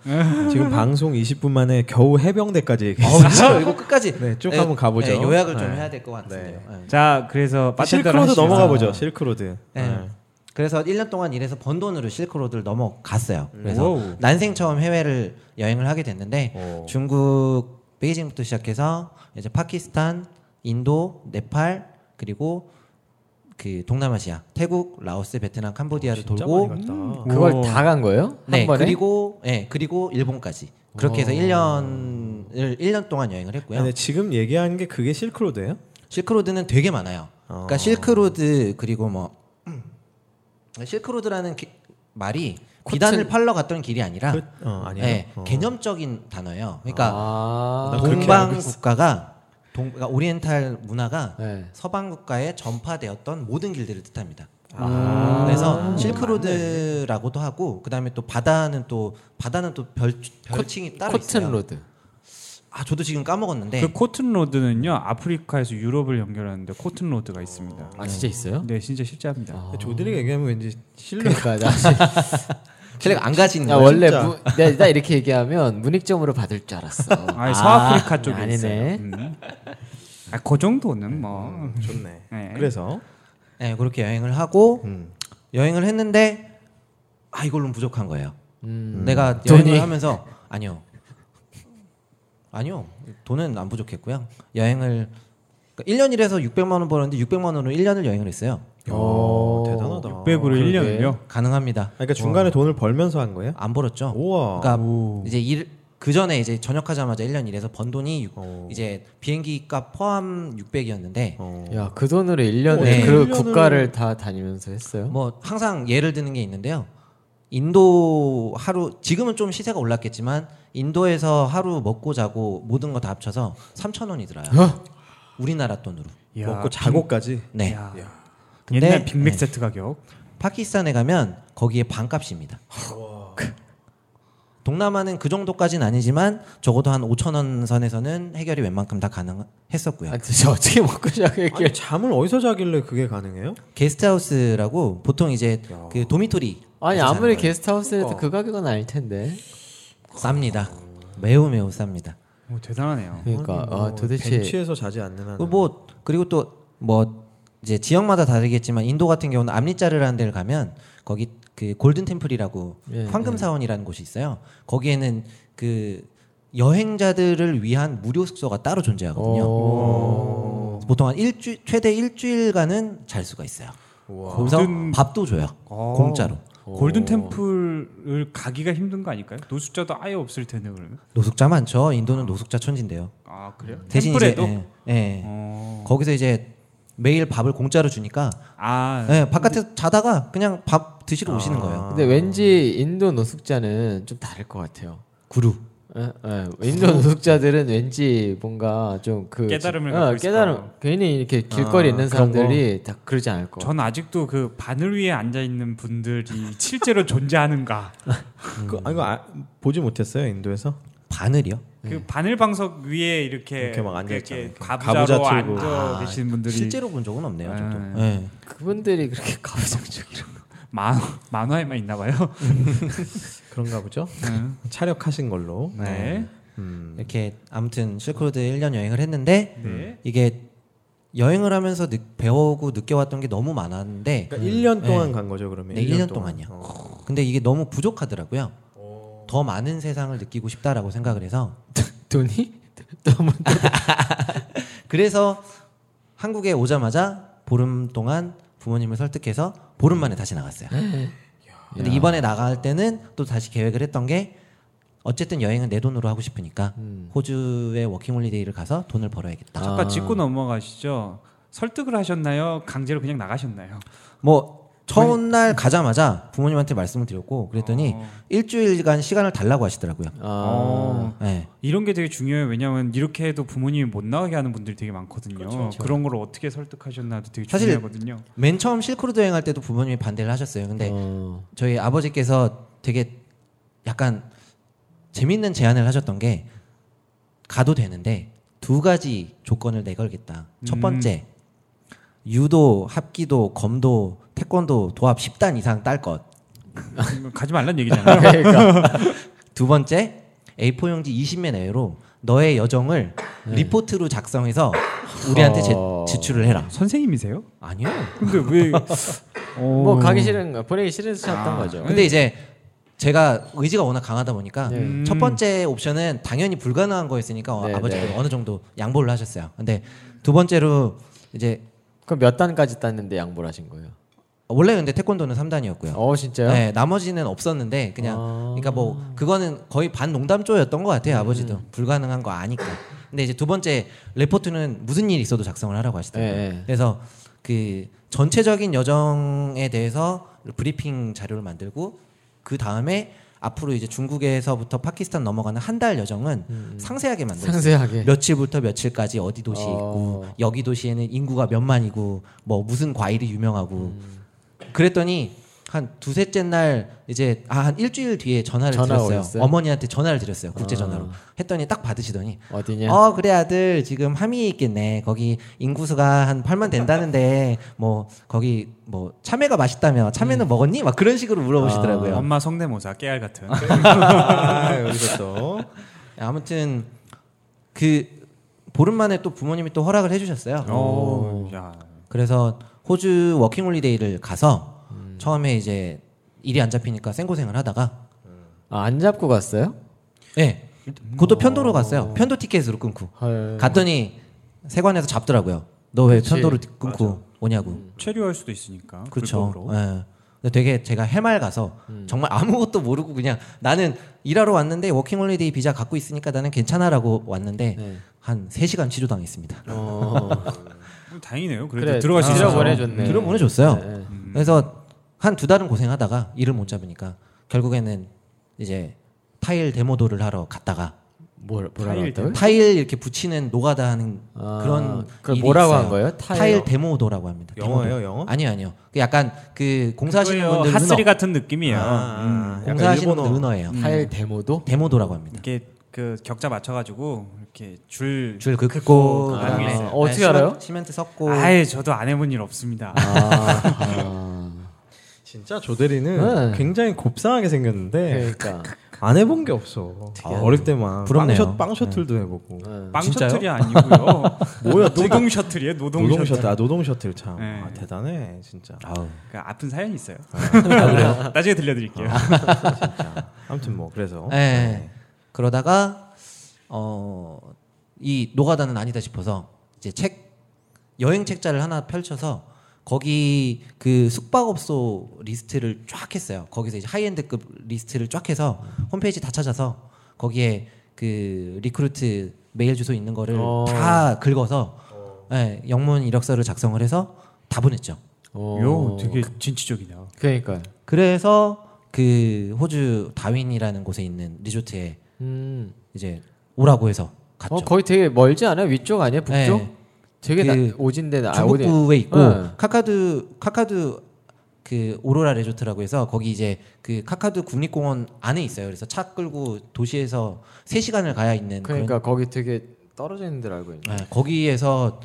S1: 지금 방송 20분 만에 겨우 해병대까지 얘기했어요.
S4: 어, 진짜 이거 끝까지
S1: 네, 쭉 한번 가보죠.
S4: 네, 요약을 좀
S1: 네.
S4: 해야 될 것 같은데요. 네.
S2: 자, 그래서 바텐더를
S1: 실크로드
S2: 하시죠.
S1: 넘어가 보죠. 실크로드.
S4: 네.
S1: 네.
S4: 그래서 1년 동안 일해서 번 돈으로 실크로드를 넘어갔어요.
S1: 음.
S4: 그래서
S2: 와우.
S4: 난생 처음 해외를 여행을 하게 됐는데
S1: 오.
S4: 중국 베이징부터 시작해서 이제 파키스탄, 인도, 네팔 그리고 그 동남아시아 태국, 라오스, 베트남, 캄보디아를
S1: 진짜
S4: 돌고
S1: 많이 갔다.
S3: 그걸
S2: 오.
S3: 다 간 거예요?
S4: 네,
S3: 한 번에?
S4: 그리고 예, 그리고 일본까지. 그렇게 해서 1년을 1년 동안 여행을 했고요.
S1: 근데 지금 얘기하는 게 그게 실크로드예요?
S4: 실크로드는 되게 많아요.
S1: 어.
S4: 그러니까 실크로드 그리고 뭐 실크로드라는 기- 말이 비단을 팔러 갔던 길이 아니라
S1: 그- 어, 아니에요.
S4: 예,
S1: 어.
S4: 개념적인 단어예요. 그러니까
S3: 아.
S1: 나 그렇게
S4: 동방
S1: 알고 있어.
S4: 국가가 동, 그러니까 오리엔탈 문화가
S3: 네.
S4: 서방 국가에 전파되었던 모든 길들을 뜻합니다.
S1: 아.
S4: 그래서 실크로드라고도 하고 그다음에 또 바다는 또 바다는 또 별 별칭이 따로 있어요.
S3: 코튼 로드.
S4: 아 저도 지금 까먹었는데
S2: 그 코튼 로드는요. 아프리카에서 유럽을 연결하는데 코튼 로드가 있습니다.
S3: 아 진짜 있어요?
S2: 네, 진짜 실제합니다.
S1: 아. 조들이 얘기하면 왠지 실력
S3: 그러니까 나,
S4: 제가 안 가지는
S3: 나
S1: 아,
S4: 거예요.
S3: 원래
S1: 진짜.
S3: 무, 내가 나 이렇게 얘기하면 문익점으로 받을 줄 알았어.
S2: 아, 서아프리카 쪽에
S3: 아니네.
S2: 있어요. 음. 아, 그 정도는 뭐.
S1: 좋네.
S2: 네.
S1: 그래서
S4: 네, 그렇게 여행을 하고
S1: 음.
S4: 여행을 했는데 아 이걸로는 부족한 거예요.
S3: 음.
S4: 내가
S3: 돈이?
S4: 여행을 하면서 아니요, 아니요 돈은 안 부족했고요. 여행을 그러니까 1년 일해서 600만 원 벌었는데 600만 원으로 1년을 여행을 했어요.
S1: 오, 대단하다.
S2: 600으로
S3: 그러게.
S2: 1년을요.
S4: 가능합니다.
S1: 그러니까 중간에 돈을 벌면서 한 거예요?
S4: 안 벌었죠.
S1: 우와.
S4: 그러니까 이제 일그 전에 이제 전역하자마자 1년 일해서 번 돈이 육- 이제 비행기 값 포함 600이었는데
S1: 어.
S3: 야 그 돈으로 1년에
S4: 네.
S3: 그
S1: 1년을
S3: 국가를 다 다니면서 했어요?
S4: 뭐 항상 예를 드는 게 있는데요. 인도 하루 지금은 좀 시세가 올랐겠지만 인도에서 하루 먹고 자고 모든 거 다 합쳐서 3천 원이 들어요. 우리나라 돈으로.
S2: 야,
S1: 먹고 뭐그 자고까지.
S4: 네.
S2: 야.
S4: 근데-
S2: 옛날 빅맥
S4: 네.
S2: 세트 가격.
S4: 파키스탄에 가면 거기에 반값입니다. 그- 동남아는 그 정도까지는 아니지만 적어도 한 5천 원 선에서는 해결이 웬만큼 다 가능했었고요.
S3: 아 진짜 어떻게 먹고 시작했길?
S1: 아니, 잠을 어디서 자길래 그게 가능해요?
S4: 게스트하우스라고 보통 이제 그 도미토리
S3: 아니 아무리 게스트하우스라도 그 가격은 아닐 텐데.
S4: 쌉니다. 매우 매우 쌉니다.
S2: 오, 대단하네요.
S3: 그러니까
S1: 아니, 뭐
S3: 아, 도대체
S1: 벤치에서 자지 않는 한.
S4: 그뭐 그리고 또 뭐 이제 지역마다 다르겠지만 인도 같은 경우는 암리자르라는 데를 가면 거기 그 골든 템플이라고
S3: 예,
S4: 황금 사원이라는 곳이 있어요. 거기에는 그 여행자들을 위한 무료 숙소가 따로 존재하거든요.
S3: 오.
S4: 보통 한 일주 최대 일주일간은 잘 수가 있어요.
S1: 우와.
S4: 거기서
S2: 골든-
S4: 밥도 줘요.
S2: 어.
S4: 공짜로.
S2: 골든 템플을 가기가 힘든 거 아닐까요? 노숙자도 아예 없을 텐데 그러면.
S4: 노숙자 많죠. 인도는 노숙자 천지인데요.
S2: 아 그래요?
S4: 대신
S2: 템플에도.
S4: 이제 예, 예.
S2: 어.
S4: 거기서 이제 매일 밥을 공짜로 주니까
S2: 아
S4: 예, 바깥에서 자다가 그냥 밥 드시러 오시는 거예요.
S3: 근데 왠지 인도 노숙자는 좀 다를 것 같아요.
S4: 구루.
S3: 에, 에, 인도 노숙자들은 왠지 뭔가 좀 그
S2: 깨달음을
S3: 어,
S2: 갖고 있을
S3: 깨달음
S2: 거예요.
S3: 괜히 이렇게 길거리
S1: 아,
S3: 있는
S1: 그런
S3: 사람들이 다 그러지 않을 것 같아요.
S2: 전 아직도 그 바늘 위에 앉아 있는 분들이 실제로 존재하는가?
S4: 음.
S1: 그, 아, 이거 아, 보지 못했어요 인도에서.
S4: 바늘이요?
S2: 그 바늘 방석 위에 이렇게
S1: 이렇게 막 앉아
S2: 이렇게
S1: 있잖아요.
S2: 가부자로
S1: 가부자 틀고.
S2: 앉아 계신 분들이
S4: 실제로 본 적은 없네요. 저도.
S2: 예.
S4: 예.
S3: 그분들이 그렇게 가부장적이라고.
S2: 만 만화에만 있나 봐요.
S1: 그런가 보죠.
S2: 네.
S1: 차력하신 걸로.
S2: 네.
S1: 음.
S4: 이렇게 아무튼 실크로드 1년 여행을 했는데
S2: 네.
S4: 이게 여행을 하면서 느- 배우고 느껴왔던 게 너무 많았는데
S1: 그러니까 1년 동안 간 거죠 그러면.
S4: 음. 네,
S1: 일 년
S4: 1년 동안이요.
S1: 어.
S4: 근데 이게 너무 부족하더라고요. 더 많은 세상을 느끼고 싶다라고 생각을 해서
S3: 돈이 너무
S4: 그래서 한국에 오자마자 보름 동안 부모님을 설득해서 보름 만에 다시 나갔어요.
S2: 네.
S4: 근데
S3: 야.
S4: 이번에 나갈 때는 또 다시 계획을 했던 게 어쨌든 여행은 내 돈으로 하고 싶으니까
S2: 음.
S4: 호주의 워킹홀리데이를 가서 돈을 벌어야겠다.
S2: 잠깐 짚고 넘어가시죠. 설득을 하셨나요? 강제로 그냥 나가셨나요?
S4: 뭐 처음 날 가자마자 부모님한테 말씀을 드렸고 그랬더니
S2: 어.
S4: 일주일간 시간을 달라고 하시더라고요.
S3: 아,
S2: 어.
S4: 네.
S2: 이런 게 되게 중요해요. 왜냐하면 이렇게 해도 부모님이 못 나가게 하는 분들이 되게 많거든요. 그런걸 어떻게 설득하셨나도 되게
S4: 사실-
S2: 중요하거든요.
S4: 맨 처음 실크로드 여행할 때도 부모님이 반대를 하셨어요. 근데
S3: 어.
S4: 저희 아버지께서 되게 약간 재밌는 제안을 하셨던 게 가도 되는데 두 가지 조건을 내걸겠다. 첫 번째 유도, 합기도, 검도, 태권도 도합 10단 이상 딸 것. 그
S2: 가지 말란 얘기잖아요.
S4: 네. 두 번째 A4 용지 20매 내외로 너의 여정을 리포트로 작성해서 우리한테 제-
S3: 어.
S4: 제출을 해라.
S2: 선생님이세요?
S4: 아니요.
S2: 근데 왜? 어.
S3: 뭐 가기 싫은 거 보내기 싫으셨던 거죠.
S4: 근데 이제 제가 의지가 워낙 강하다 보니까
S2: 네.
S4: 첫 번째 옵션은 당연히 불가능한 거였으니까 어,
S3: 음. 네,
S4: 아버지가
S3: 네.
S4: 어느 정도 양보를 하셨어요. 근데 두 번째로 이제
S3: 그럼 몇 단까지 땄는데 양보를 하신 거예요?
S4: 원래 근데 태권도는 3단이었고요.
S3: 어
S4: 네.
S3: 진짜요? 아.
S4: 나머지는 없었는데 그냥 그러니까 뭐 그거는 거의 반 농담조였던 것 같아요.
S3: 음.
S4: 아버지도 불가능한 거 아니까. 근데 이제 두 번째 레포트는 무슨 일이 있어도 작성을 하라고 하시더라고요.
S3: 예, 예.
S4: 그래서 그 전체적인 여정에 대해서 브리핑 자료를 만들고 그 다음에 앞으로 이제 중국에서부터 파키스탄 넘어가는 한 달 여정은 음, 상세하게 만들었어요.
S3: 상세하게.
S4: 며칠부터 며칠까지 어디 도시에
S3: 어.
S4: 있고 여기 도시에는 인구가 몇만이고 뭐 무슨 과일이 유명하고 그랬더니 한 두세째 날 이제 아 한 일주일 뒤에 전화를
S3: 전화가
S4: 드렸어요.
S3: 오셨어요?
S4: 어머니한테 전화를 드렸어요. 국제 전화로. 했더니 딱 받으시더니
S3: 어디냐?
S4: 어 그래 아들 지금 함이 있겠네 거기 인구수가 한 8만 된다는데 뭐 거기 뭐 참외가 맛있다며 참외는 먹었니 막 그런 식으로 물어보시더라고요
S2: 아, 엄마 성대모사 깨알 같은.
S1: 아, 여기서 또
S4: 네, 아무튼 그 보름 만에 또 부모님이 또 허락을 해주셨어요
S2: 오, 야.
S4: 그래서 호주 워킹홀리데이를 가서 처음에 이제 일이 안 잡히니까 생고생을 하다가
S3: 아, 안 잡고 갔어요?
S4: 예 그것도 편도로 갔어요 편도 티켓으로 끊고
S3: 헐.
S4: 갔더니 세관에서 잡더라고요 너 왜
S3: 그치.
S4: 편도로 끊고 오냐고
S2: 체류할 수도 있으니까.
S4: 그렇죠.
S2: 어, 불법으로.
S4: 예. 근데 되게 제가 해맑아서 정말 아무것도 모르고 그냥 나는 일하러 왔는데 워킹홀리데이 비자 갖고 있으니까 나는 괜찮아라고 왔는데
S3: 네.
S4: 한 3시간 치료당했습니다.
S2: 어, 다행이네요. 그래도
S3: 그래,
S2: 들어갈 수
S3: 들어
S2: 있어서.
S3: 보내줬네.
S4: 들어 보내줬어요.
S3: 네,
S2: 음.
S3: 네.
S4: 음. 그래서 한 두 달은 고생하다가 일을 못 잡으니까 결국에는 이제 타일 데모도를 하러 갔다가
S3: 뭘 뭐라고
S2: 타일
S3: 했다고?
S4: 타일 이렇게 붙이는 노가다 하는
S3: 네? 아,
S4: 그런
S3: 그걸
S4: 일이
S3: 뭐라고
S4: 있어요.
S3: 한 거예요? 타일- 음.
S4: 타일, 데모도라고 합니다.
S1: 영어예요 영어?
S4: 아니요 아니요. 그 약간 그 공사하시는
S2: 그거예요.
S4: 분들
S2: 핫쓰리
S4: 은어,
S2: 같은 느낌이에요. 음.
S1: 아, 약간
S4: 공사하시는
S1: 일본어.
S4: 분들 은어예요.
S3: 타일 데모도?
S4: 데모도라고 합니다.
S2: 이렇게 그 격자 맞춰가지고 이렇게 줄.
S4: 줄 긋고
S2: 아,
S4: 그다음에
S2: 알겠어요.
S4: 네,
S3: 어떻게
S4: 시멘-
S3: 알아요?
S4: 시멘트 섞고
S2: 아예 저도 안 해본 일 없습니다.
S3: 아, 아.
S1: 진짜 조대리는
S3: 네.
S1: 굉장히 곱상하게 생겼는데
S3: 그러니까
S1: 안 해본 게 없어. 아, 어릴 때만
S4: 네. 부럽네요.
S1: 빵셔, 빵셔틀도 해보고
S2: 빵
S4: 진짜요?
S2: 셔틀이 아니고요.
S1: 뭐야, 또-
S2: 노동 셔틀이에요. 노동,
S1: 노동
S2: 셔틀.
S1: 셔틀 아 노동 셔틀 참
S2: 네.
S1: 아, 대단해 진짜.
S4: 아우.
S2: 그 아픈 사연이 있어요. 나중에 들려드릴게요.
S1: 아무튼 뭐 그래서
S3: 네.
S4: 예. 그러다가 어 이 노가다는 아니다 싶어서 이제 책 여행 책자를 하나 펼쳐서 거기 그 숙박업소 리스트를 쫙 했어요. 거기서 이제 하이엔드급 리스트를 쫙 해서 홈페이지 다 찾아서 거기에 그 리크루트 메일 주소 있는 거를
S3: 어.
S4: 다 긁어서 예, 영문 이력서를 작성을 해서 다 보냈죠.
S2: 요 되게 진취적이다.
S3: 어. 그러니까.
S4: 그래서 그 호주 다윈이라는 곳에 있는 리조트에
S3: 음.
S4: 이제 오라고 해서 갔죠.
S3: 어 거의 되게 멀지 않아요? 위쪽 아니에요? 북쪽?
S4: 네.
S3: 되게
S4: 그
S3: 나, 오진데 나 어디?
S4: 중국부에 있고
S3: 네.
S4: 카카두 카카두 그 오로라 레조트라고 해서 거기 이제 그 카카두 국립공원 안에 있어요. 그래서 차 끌고 도시에서 3시간을 가야 있는 그런
S3: 그러니까 거기 되게 떨어져 있는 데로 알고 있는.
S4: 네, 거기에서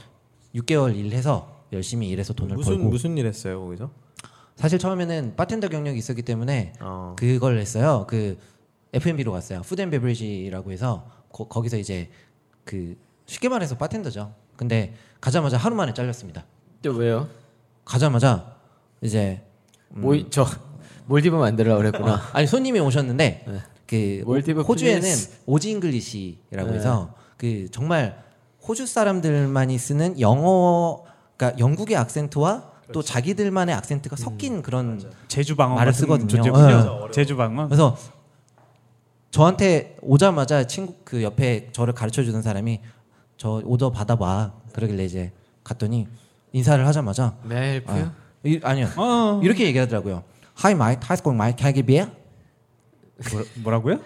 S4: 6개월 일해서 열심히 일해서 돈을
S1: 무슨
S4: 벌고
S1: 무슨 일 했어요 거기서?
S4: 사실 처음에는 바텐더 경력이 있었기 때문에
S1: 어.
S4: 그걸 했어요. 그 F&B로 갔어요. 푸드 앤 베브리지라고 해서 거, 거기서 이제 그 쉽게 말해서 바텐더죠. 근데 가자마자 하루 만에 잘렸습니다.
S3: 또 왜요?
S4: 가자마자 이제
S3: 모이 저 몰디브 만들라 그랬구나.
S4: 아니 손님이 오셨는데 그
S3: 몰디브
S4: 호주에는
S3: 플리즈.
S4: 오지잉글리시라고
S3: 네.
S4: 해서 그 정말 호주 사람들만이 쓰는 영어 그러니까 영국의 악센트와 또 자기들만의 악센트가 섞인 그런
S2: 제주 방어
S4: 말을
S2: 같은
S4: 쓰거든요.
S2: 존재군요. 제주 방어.
S4: 그래서 저한테 오자마자 친구 그 옆에 저를 가르쳐 주던 사람이 저 오더 받아봐 그러길래 이제 갔더니 인사를 하자마자
S3: 어. 매일 프
S4: 아, 이, 아니요
S1: 어,
S4: 이렇게 얘기하더라고요. Hi mate, how's going mate? Can I get beer?
S2: 뭐라, 고요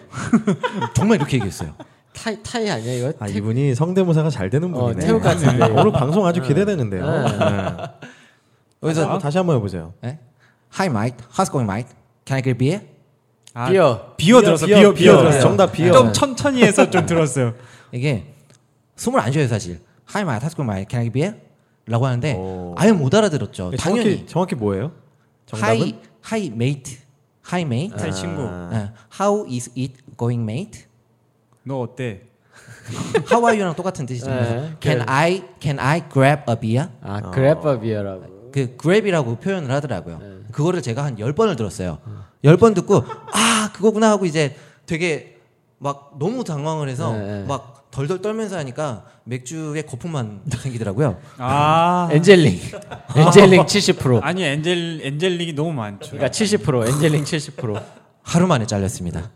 S4: 정말 이렇게 얘기했어요.
S3: 타이 타이 아니야 이거?
S1: 아
S3: 태-
S1: 이분이 성대모사가 잘 되는
S3: 어,
S1: 분이네.
S3: 태국 같은데.
S1: 오늘 방송 아주 기대되는데요.
S3: 네.
S1: 그래서 다시 한번 해보세요.
S4: 예? Hi mate, how's going mate? Can I get beer?
S2: 아,
S3: 비어.
S2: 비어 들었어. 비어 비어,
S1: 들었어.
S2: 들었어.
S1: 정답 비어.
S2: 좀 천천히 해서 좀 들었어요.
S4: 이게 숨을 안 쉬어요 사실. Hi mate, how's going mate? Can I get beer? 라고 하는데
S1: 오.
S4: 아예 못 알아들었죠. 당연히
S1: 어, 정확히 정확히 뭐예요? 정답은 아.
S4: Hi, hi mate, hi mate.
S2: 제 친구.
S4: 예, How is it going, mate?
S2: 너 어때?
S4: How are you랑 똑같은 뜻이잖아요.
S3: 네.
S4: Can I can I grab a beer?
S3: 아 그래퍼 비어라고.
S4: 그 grab이라고 표현을 하더라고요.
S3: 네.
S4: 그거를 제가 한 열번을 들었어요. 열 번 듣고 아, 그거구나 하고 이제 되게 막 너무 당황을 해서
S3: 네, 네.
S4: 막 덜덜 떨면서 하니까 맥주에 거품만 생기더라고요.
S2: 아
S3: 엔젤링. 엔젤링 70%.
S2: 아니 엔젤 엔젤릭이 너무 많죠.
S3: 그러니까 70% 엔젤링 70%.
S4: 하루 만에 잘렸습니다.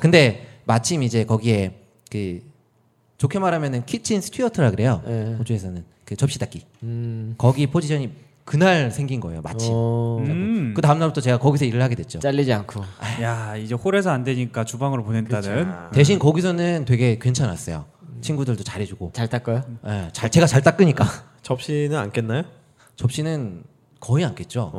S4: 근데 마침 이제 거기에 그 좋게 말하면은 키친 스튜어트라 그래요.
S3: 네.
S4: 호주에서는 그 접시 닦기.
S3: 음.
S4: 거기 포지션이 그날 생긴 거예요. 마침.
S3: 어.
S2: 음.
S4: 그 다음 날부터 제가 거기서 일을 하게 됐죠.
S3: 잘리지 않고.
S2: 야 이제 홀에서 안 되니까 주방으로 보낸다는.
S4: 대신 거기서는 되게 괜찮았어요. 친구들도 잘해주고.
S3: 잘 닦아요?
S4: 예, 잘 제가 잘 닦으니까
S1: 접시는 안 깼나요?
S4: 접시는 거의 안 깼죠.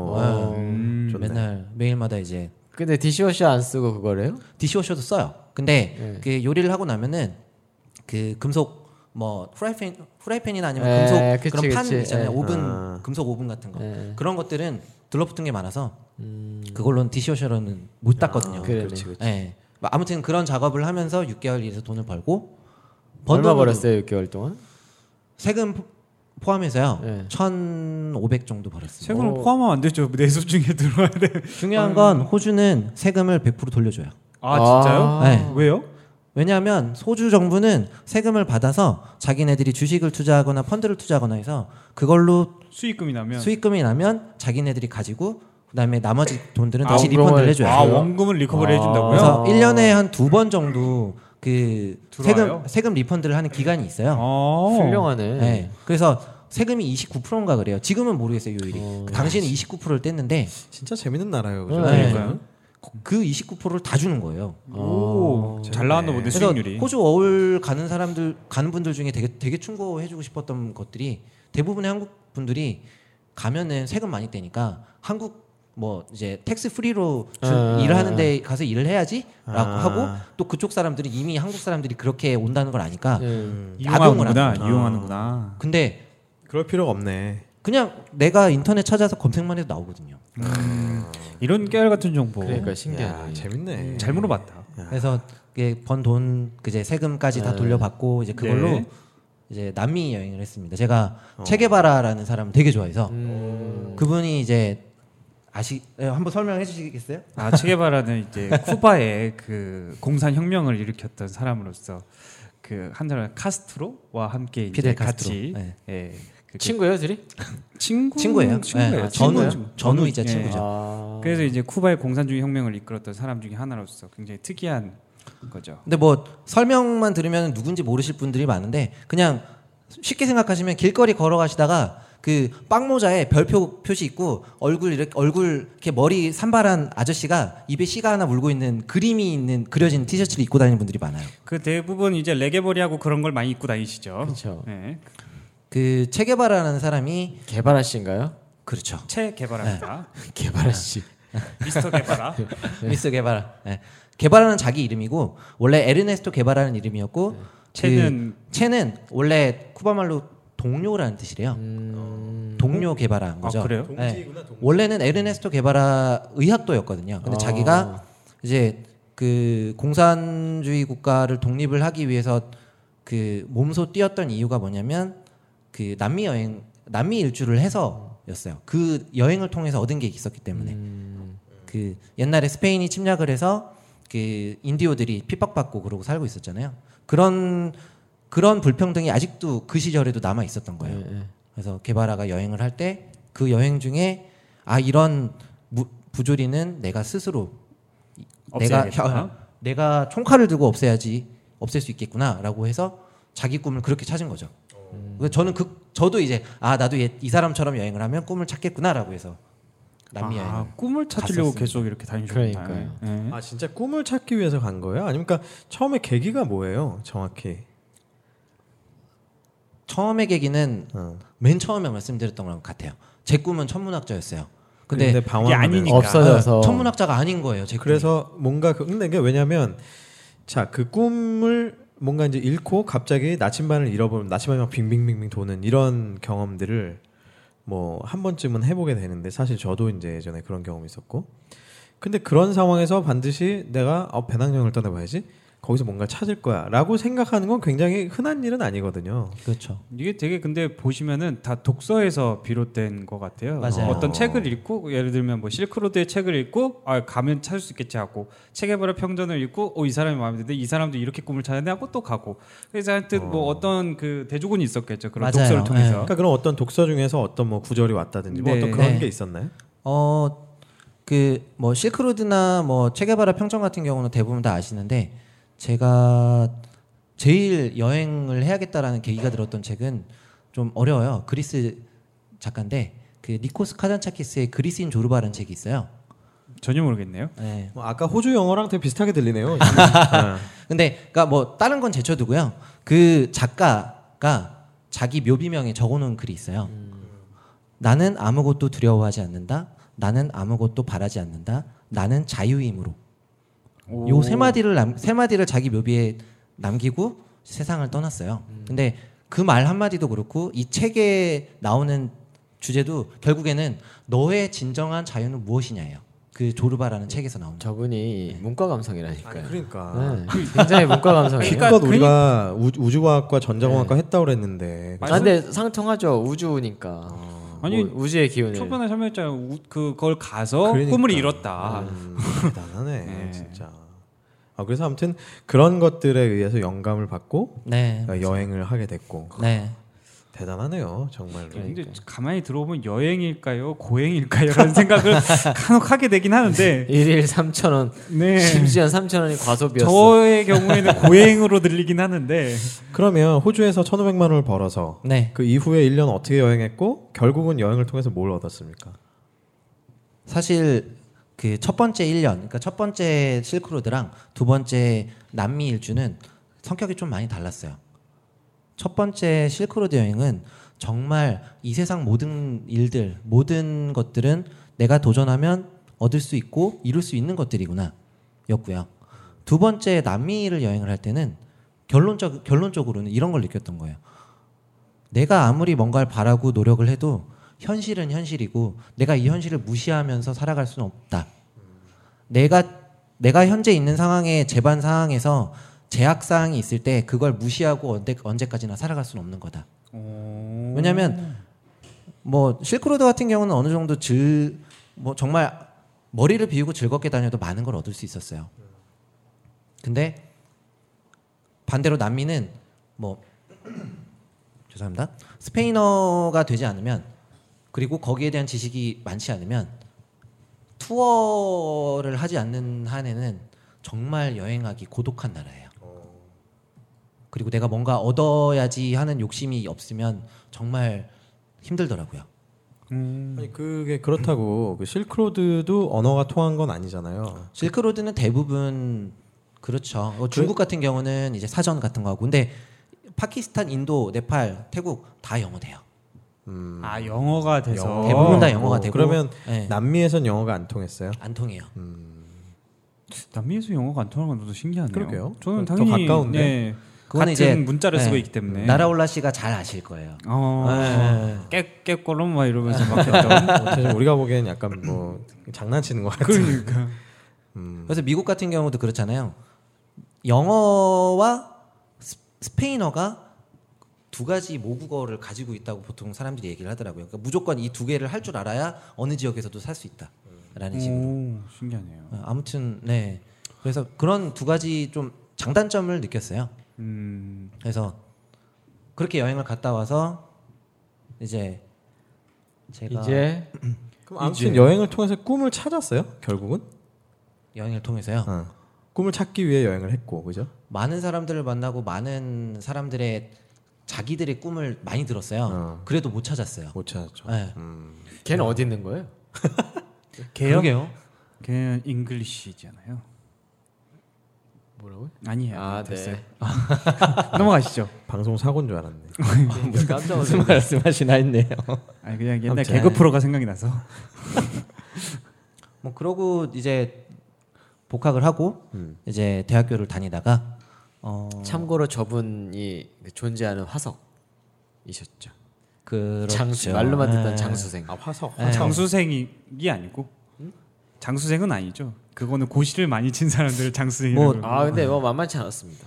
S4: 예.
S2: 음.
S1: 좋네.
S4: 맨날 매일마다 이제
S3: 근데 디시워셔 안 쓰고 그거래요?
S4: 디시워셔도 써요. 근데
S3: 네.
S4: 그 요리를 하고 나면은 그 금속 뭐 프라이팬 프라이팬이나 아니면
S3: 에,
S4: 금속
S3: 네, 그치,
S4: 그런 판
S3: 그치. 네.
S4: 있잖아요.
S3: 에.
S4: 오븐
S1: 아.
S4: 금속 오븐 같은 거
S3: 에.
S4: 그런 것들은 들러붙은 게 많아서 그걸로는 디시워셔로는 못 닦거든요.
S3: 음. 그래.
S1: 아, 그렇지, 그렇지.
S4: 예. 뭐 아무튼 그런 작업을 하면서 6개월 일해서 돈을 벌고 번
S3: 얼마
S4: 돈으로
S3: 벌었어요 6개월 동안?
S4: 세금 포- 포함해서요.
S3: 네.
S4: 1,500 정도 벌었어요.
S2: 세금을 포함하면 안 되죠. 내수 중에 들어야 돼.
S4: 중요한 건 호주는 세금을 100% 돌려줘요.
S2: 아 진짜요?
S4: 아. 네.
S2: 왜요?
S4: 왜냐하면 소주 정부는 세금을 받아서 자기네들이 주식을 투자하거나 펀드를 투자하거나 해서 그걸로
S2: 수익금이 나면.
S4: 수익금이 나면 자기네들이 가지고 그다음에 나머지 돈들은
S2: 아,
S4: 다시 리펀드를
S3: 그런
S4: 해줘요.
S2: 아 원금을 리커버리 해준다고요?
S4: 그래서 1년에 한 두 번 정도 그
S2: 들어와요?
S4: 세금 세금 리펀드를 하는 기간이 있어요.
S2: 아.
S3: 훌륭하네.
S4: 네. 그래서 세금이 29%인가 그래요. 지금은 모르겠어요, 요일이. 당시에는 29%를 뗐는데
S1: 진짜 재밌는 나라예요. 그죠?
S4: 네.
S2: 그러니까요.
S4: 그 29%를 다 주는 거예요.
S2: 오, 잘 나왔나 보네
S4: 아. 그래서
S2: 수익률이.
S4: 호주 어울 가는 사람들 가는 분들 중에 되게 되게 충고해 주고 싶었던 것들이 대부분의 한국 분들이 가면은 세금 많이 떼니까 한국 뭐 이제 텍스 프리로 주-
S3: 아.
S4: 일을 하는데 가서 일을 해야지라고
S1: 아.
S4: 하고 또 그쪽 사람들이 이미 한국 사람들이 그렇게 온다는 걸 아니까
S2: 예.
S3: 음.
S4: 야동을
S2: 이용하는구나.
S4: 하는구나.
S2: 이용하는구나.
S4: 근데
S1: 그럴 필요가 없네.
S4: 그냥 내가 인터넷 찾아서 검색만 해도 나오거든요.
S2: 이런 깨알 같은 정보.
S3: 그러니까
S1: 야,
S3: 신기하네.
S1: 재밌네.
S2: 잘 물어봤다.
S4: 그래서 번돈 그 이제 세금까지 다 돌려받고 이제 그걸로
S2: 네.
S4: 이제 남미 여행을 했습니다. 제가 체게바라라는 사람 되게 좋아해서 그분이 이제 아시 예, 한번 설명해 주시겠어요?
S2: 아 체게바라는 이제 쿠바의 그 공산 혁명을 일으켰던 사람으로서 그 한 사람 카스트로와 함께 이제
S4: 피델
S2: 같이
S4: 카스트로. 네.
S2: 예, 이렇게
S3: 그 친구예요, 둘이?
S2: 친구
S4: 친구예요.
S2: 친구예요.
S4: 네,
S2: 친구예요.
S4: 전우 전우이자
S2: 예.
S4: 친구죠.
S3: 아.
S2: 그래서 이제 쿠바의 공산주의 혁명을 이끌었던 사람 중에 하나로서 굉장히 특이한 거죠.
S4: 근데 뭐 설명만 들으면 누군지 모르실 분들이 많은데 그냥 쉽게 생각하시면 길거리 걸어가시다가 그 빵모자에 별표 표시 있고 얼굴 이렇게 얼굴 이렇게 머리 산발한 아저씨가 입에 씨가 하나 물고 있는 그림이 있는 그려진 티셔츠를 입고 다니는 분들이 많아요.
S2: 그 대부분 이제 레게버리하고 그런 걸 많이 입고 다니시죠.
S3: 그렇죠.
S2: 네.
S4: 그 체게바라라는 사람이
S3: 개발아 씨인가요?
S4: 그렇죠.
S2: 채 개발합니다.
S3: 개발아 씨.
S4: 네.
S2: 미스터 개발아.
S4: 그 미스 게바라. 네. 게바라는 자기 이름이고 원래 에르네스토 게바라는 이름이었고
S2: 네. 채는
S4: 그 채는 원래 쿠바 말로 동료라는 뜻이래요. 동료 게바라한
S2: 음.
S4: 거죠.
S2: 아 그래요?
S1: 동지구나 동.
S4: 네. 원래는 에르네스토 게바라 의학도였거든요. 근데
S3: 아.
S4: 자기가 이제 그 공산주의 국가를 독립을 하기 위해서 그 몸소 뛰었던 이유가 뭐냐면 그 남미 여행 남미 일주를 해서였어요. 그 여행을 통해서 얻은 게 있었기 때문에
S1: 음.
S4: 그 옛날에 스페인이 침략을 해서 그 인디오들이 핍박받고 그러고 살고 있었잖아요. 그런 그런 불평등이 아직도 그 시절에도 남아 있었던 거예요.
S3: 예, 예.
S4: 그래서 개발아가 여행을 할 때 그 여행 중에 아 이런 무- 부조리는 내가 스스로 내가
S2: 없애야겠다. 아,
S4: 혀- 내가 총칼을 들고 없애야지 없앨 수 있겠구나라고 해서 자기 꿈을 그렇게 찾은 거죠.
S1: 음.
S4: 그래서 저는 그 저도 이제 아 나도 얘- 이 사람처럼 여행을 하면 꿈을 찾겠구나라고 해서 남미 여행.
S2: 아, 꿈을 찾으려고
S4: 갔었습니다.
S2: 계속 이렇게 다니셨구나.
S3: 그러니까요.
S2: 네.
S1: 아 진짜 꿈을 찾기 위해서 간 거예요? 아니면 그러니까 처음에 계기가 뭐예요? 정확히.
S4: 처음의 계기는
S1: 어.
S4: 맨 처음에 말씀드렸던 거랑 같아요. 제 꿈은 천문학자였어요. 근데,
S1: 방황을
S2: 아니니까.
S3: 그러니까.
S1: 하면서.
S3: 없어져서
S4: 천문학자가 아닌 거예요. 제 꿈이.
S1: 그래서 뭔가 그 근데 이게 왜냐면 자 그 꿈을 뭔가 이제 잃고 갑자기 나침반을 잃어버리면 나침반이 막 빙빙빙빙 도는 이런 경험들을 뭐 한 번쯤은 해보게 되는데 사실 저도 이제 예전에 그런 경험이 있었고 근데 그런 상황에서 반드시 내가 어, 배낭여행을 떠나봐야지 거기서 뭔가 를 찾을 거야라고 생각하는 건 굉장히 흔한 일은 아니거든요.
S4: 그렇죠.
S2: 이게 되게 근데 보시면은 다 독서에서 비롯된 것 같아요.
S4: 맞아요.
S2: 어떤 책을 읽고 예를 들면 뭐 실크로드의 책을 읽고 아 가면 찾을 수 있겠지 하고 책에바라 평전을 읽고 어 이 사람이 마음에 드는데 이 사람도 이렇게 꿈을 찾았네 하고 또 가고 그래서 하여튼 뭐 어떤 그 대조군이 있었겠죠 그런
S4: 맞아요.
S2: 독서를 통해서
S1: 그러니까 그럼 어떤 독서 중에서 어떤 뭐 구절이 왔다든지 뭐
S2: 네.
S1: 어떤 그런
S4: 네.
S1: 게 있었나요?
S4: 어, 그 뭐 실크로드나 뭐 체게바라 평정 같은 경우는 대부분 다 아시는데 제가 제일 여행을 해야겠다라는 계기가 들었던 책은 좀 어려워요. 그리스 작가인데 그 니코스 카잔차키스의 그리스인 조르바라는 책이 있어요.
S2: 전혀 모르겠네요.
S4: 네.
S1: 뭐 아까 호주 영어랑 되게 비슷하게 들리네요.
S4: 근데 그러니까 뭐 다른 건 제쳐두고요. 그 작가가 자기 묘비명에 적어놓은 글이 있어요. 나는 아무것도 두려워하지 않는다. 나는 아무것도 바라지 않는다. 나는 자유이므로. 요 세 마디를 남, 세 마디를 자기 묘비에 남기고 세상을 떠났어요. 근데 그 말 한마디도 그렇고 이 책에 나오는 주제도 결국에는 너의 진정한 자유는 무엇이냐예요. 그 조르바라는 책에서 나오는
S3: 저분이 문과 감성이라니까요.
S1: 그러니까
S3: 네, 굉장히 문과 감성이에요.
S2: 그러니까
S1: 그러니까 우리가 우- 우주과학과
S4: 네.
S1: 전자공학과 했다고 그랬는데 음,
S3: 아, 근데 상통하죠 우주니까.
S2: 아니,
S3: 뭐 우주의 기운을.
S2: 초반에 설명했잖아요. 우- 그걸 가서
S1: 그러니까.
S2: 꿈을 잃었다.
S4: 아.
S1: 음, 대단하네
S2: 네.
S1: 진짜. 아, 그래서 아무튼 그런 것들에 의해서 영감을 받고
S4: 네.
S1: 여행을 하게 됐고
S4: 네.
S1: 대단하네요 정말로.
S2: 근데 그러니까. 가만히 들어보면 여행일까요, 고행일까요 이런 생각을 간혹 하게 되긴 하는데
S3: 일일 3천 원,
S2: 네.
S3: 심지어 3천 원이 과소비였어.
S2: 저의 경우에는 고행으로 들리긴 하는데
S1: 그러면 호주에서 1,500만 원을 벌어서
S4: 네.
S1: 그 이후에 1년 어떻게 여행했고 결국은 여행을 통해서 뭘 얻었습니까?
S4: 사실 그 첫 번째 1년, 그러니까 첫 번째 실크로드랑 두 번째 남미 일주는 성격이 좀 많이 달랐어요. 첫 번째 실크로드 여행은 정말 이 세상 모든 일들, 모든 것들은 내가 도전하면 얻을 수 있고 이룰 수 있는 것들이구나 였고요. 두 번째 남미를 여행을 할 때는 결론적 결론적으로는 이런 걸 느꼈던 거예요. 내가 아무리 뭔가를 바라고 노력을 해도 현실은 현실이고 내가 이 현실을 무시하면서 살아갈 수는 없다. 내가 내가 현재 있는 상황에 재반 상황에서 제약 사항이 있을 때 그걸 무시하고 언제 언제까지나 살아갈 수는 없는 거다.
S2: 음.
S4: 왜냐하면 뭐 실크로드 같은 경우는 어느 정도 즐 뭐 정말 머리를 비우고 즐겁게 다녀도 많은 걸 얻을 수 있었어요. 근데 반대로 남미는 뭐 죄송합니다. 스페인어가 되지 않으면 그리고 거기에 대한 지식이 많지 않으면 투어를 하지 않는 한에는 정말 여행하기 고독한 나라예요. 그리고 내가 뭔가 얻어야지 하는 욕심이 없으면 정말 힘들더라고요.
S2: 음.
S4: 음.
S1: 아니 그게 그렇다고 그 실크로드도 언어가 통한 건 아니잖아요.
S4: 실크로드는 대부분 그렇죠. 어, 중국 같은 경우는 이제 사전 같은 거 하고 근데 파키스탄, 인도, 네팔, 태국 다 영어 돼요.
S2: 아 영어가 돼서
S1: 영어.
S4: 대부분 다 영어가 되고.
S1: 그러면
S4: 네.
S1: 남미에선 영어가 안 통했어요.
S4: 안 통해요.
S2: 남미에서 영어가 안 통하는 건 저도 신기하네요.
S1: 그러게요.
S2: 저는
S1: 더
S2: 당연히
S1: 가까운데.
S2: 네,
S4: 그건
S2: 같은
S4: 이제,
S2: 문자를 쓰고
S4: 네,
S2: 있기 때문에
S4: 나라올라 씨가 잘 아실 거예요.
S2: 어,
S4: 네.
S2: 깨 깨꼬름 막 이러면서 막 그렇죠. 했던
S1: 사실 어, 우리가 보기엔 약간 뭐 장난치는 것 같은.
S2: 그러니까
S4: 그래서 미국 같은 경우도 그렇잖아요. 영어와 스- 스페인어가 두 가지 모국어를 가지고 있다고 보통 사람들이 얘기를 하더라고요. 그러니까 무조건 이 두 개를 할 줄 알아야 어느 지역에서도 살 수 있다라는 식으로.
S2: 오, 신기하네요.
S4: 어, 아무튼 네. 그래서 그런 두 가지 좀 장단점을 느꼈어요.
S2: 음,
S4: 그래서 그렇게 여행을 갔다 와서 이제 제가
S3: 이제
S1: 그럼 아무튼 여행을 통해서 꿈을 찾았어요. 결국은
S4: 여행을 통해서요.
S1: 어. 꿈을 찾기 위해 여행을 했고 그죠?
S4: 많은 사람들을 만나고 많은 사람들의 자기들의 꿈을 많이 들었어요.
S1: 어.
S4: 그래도 못 찾았어요.
S1: 못
S3: 그렇죠.
S1: 찾았죠. 음.
S4: 네.
S3: 걔는 어디 있는 거예요?
S4: 그러게요.
S2: 걔는 잉글리시잖아요.
S3: 뭐라고요?
S2: 아니에요.
S3: 아,
S2: 됐어요.
S3: 네.
S2: 넘어가시죠.
S1: 방송 사고인 줄 알았네.
S3: 깜짝 무슨 놀랐어요. 말씀하시나 했네요.
S2: 아니 그냥 옛날
S4: 아무튼.
S2: 개그 프로가 생각이 나서
S4: 뭐 그러고 이제 복학을 하고
S3: 음.
S4: 이제 대학교를 다니다가 어
S3: 참고로 저분이 존재하는 화석이셨죠.
S4: 그렇죠.
S3: 장수 말로만 듣던
S4: 네.
S3: 장수생.
S1: 아 화석.
S2: 장수생이 아니고 장수생은 아니죠. 그거는 고시를 많이 친 사람들을 장수생이라고.
S4: 뭐,
S2: 그러고.
S3: 아 근데 뭐 만만치 않았습니다.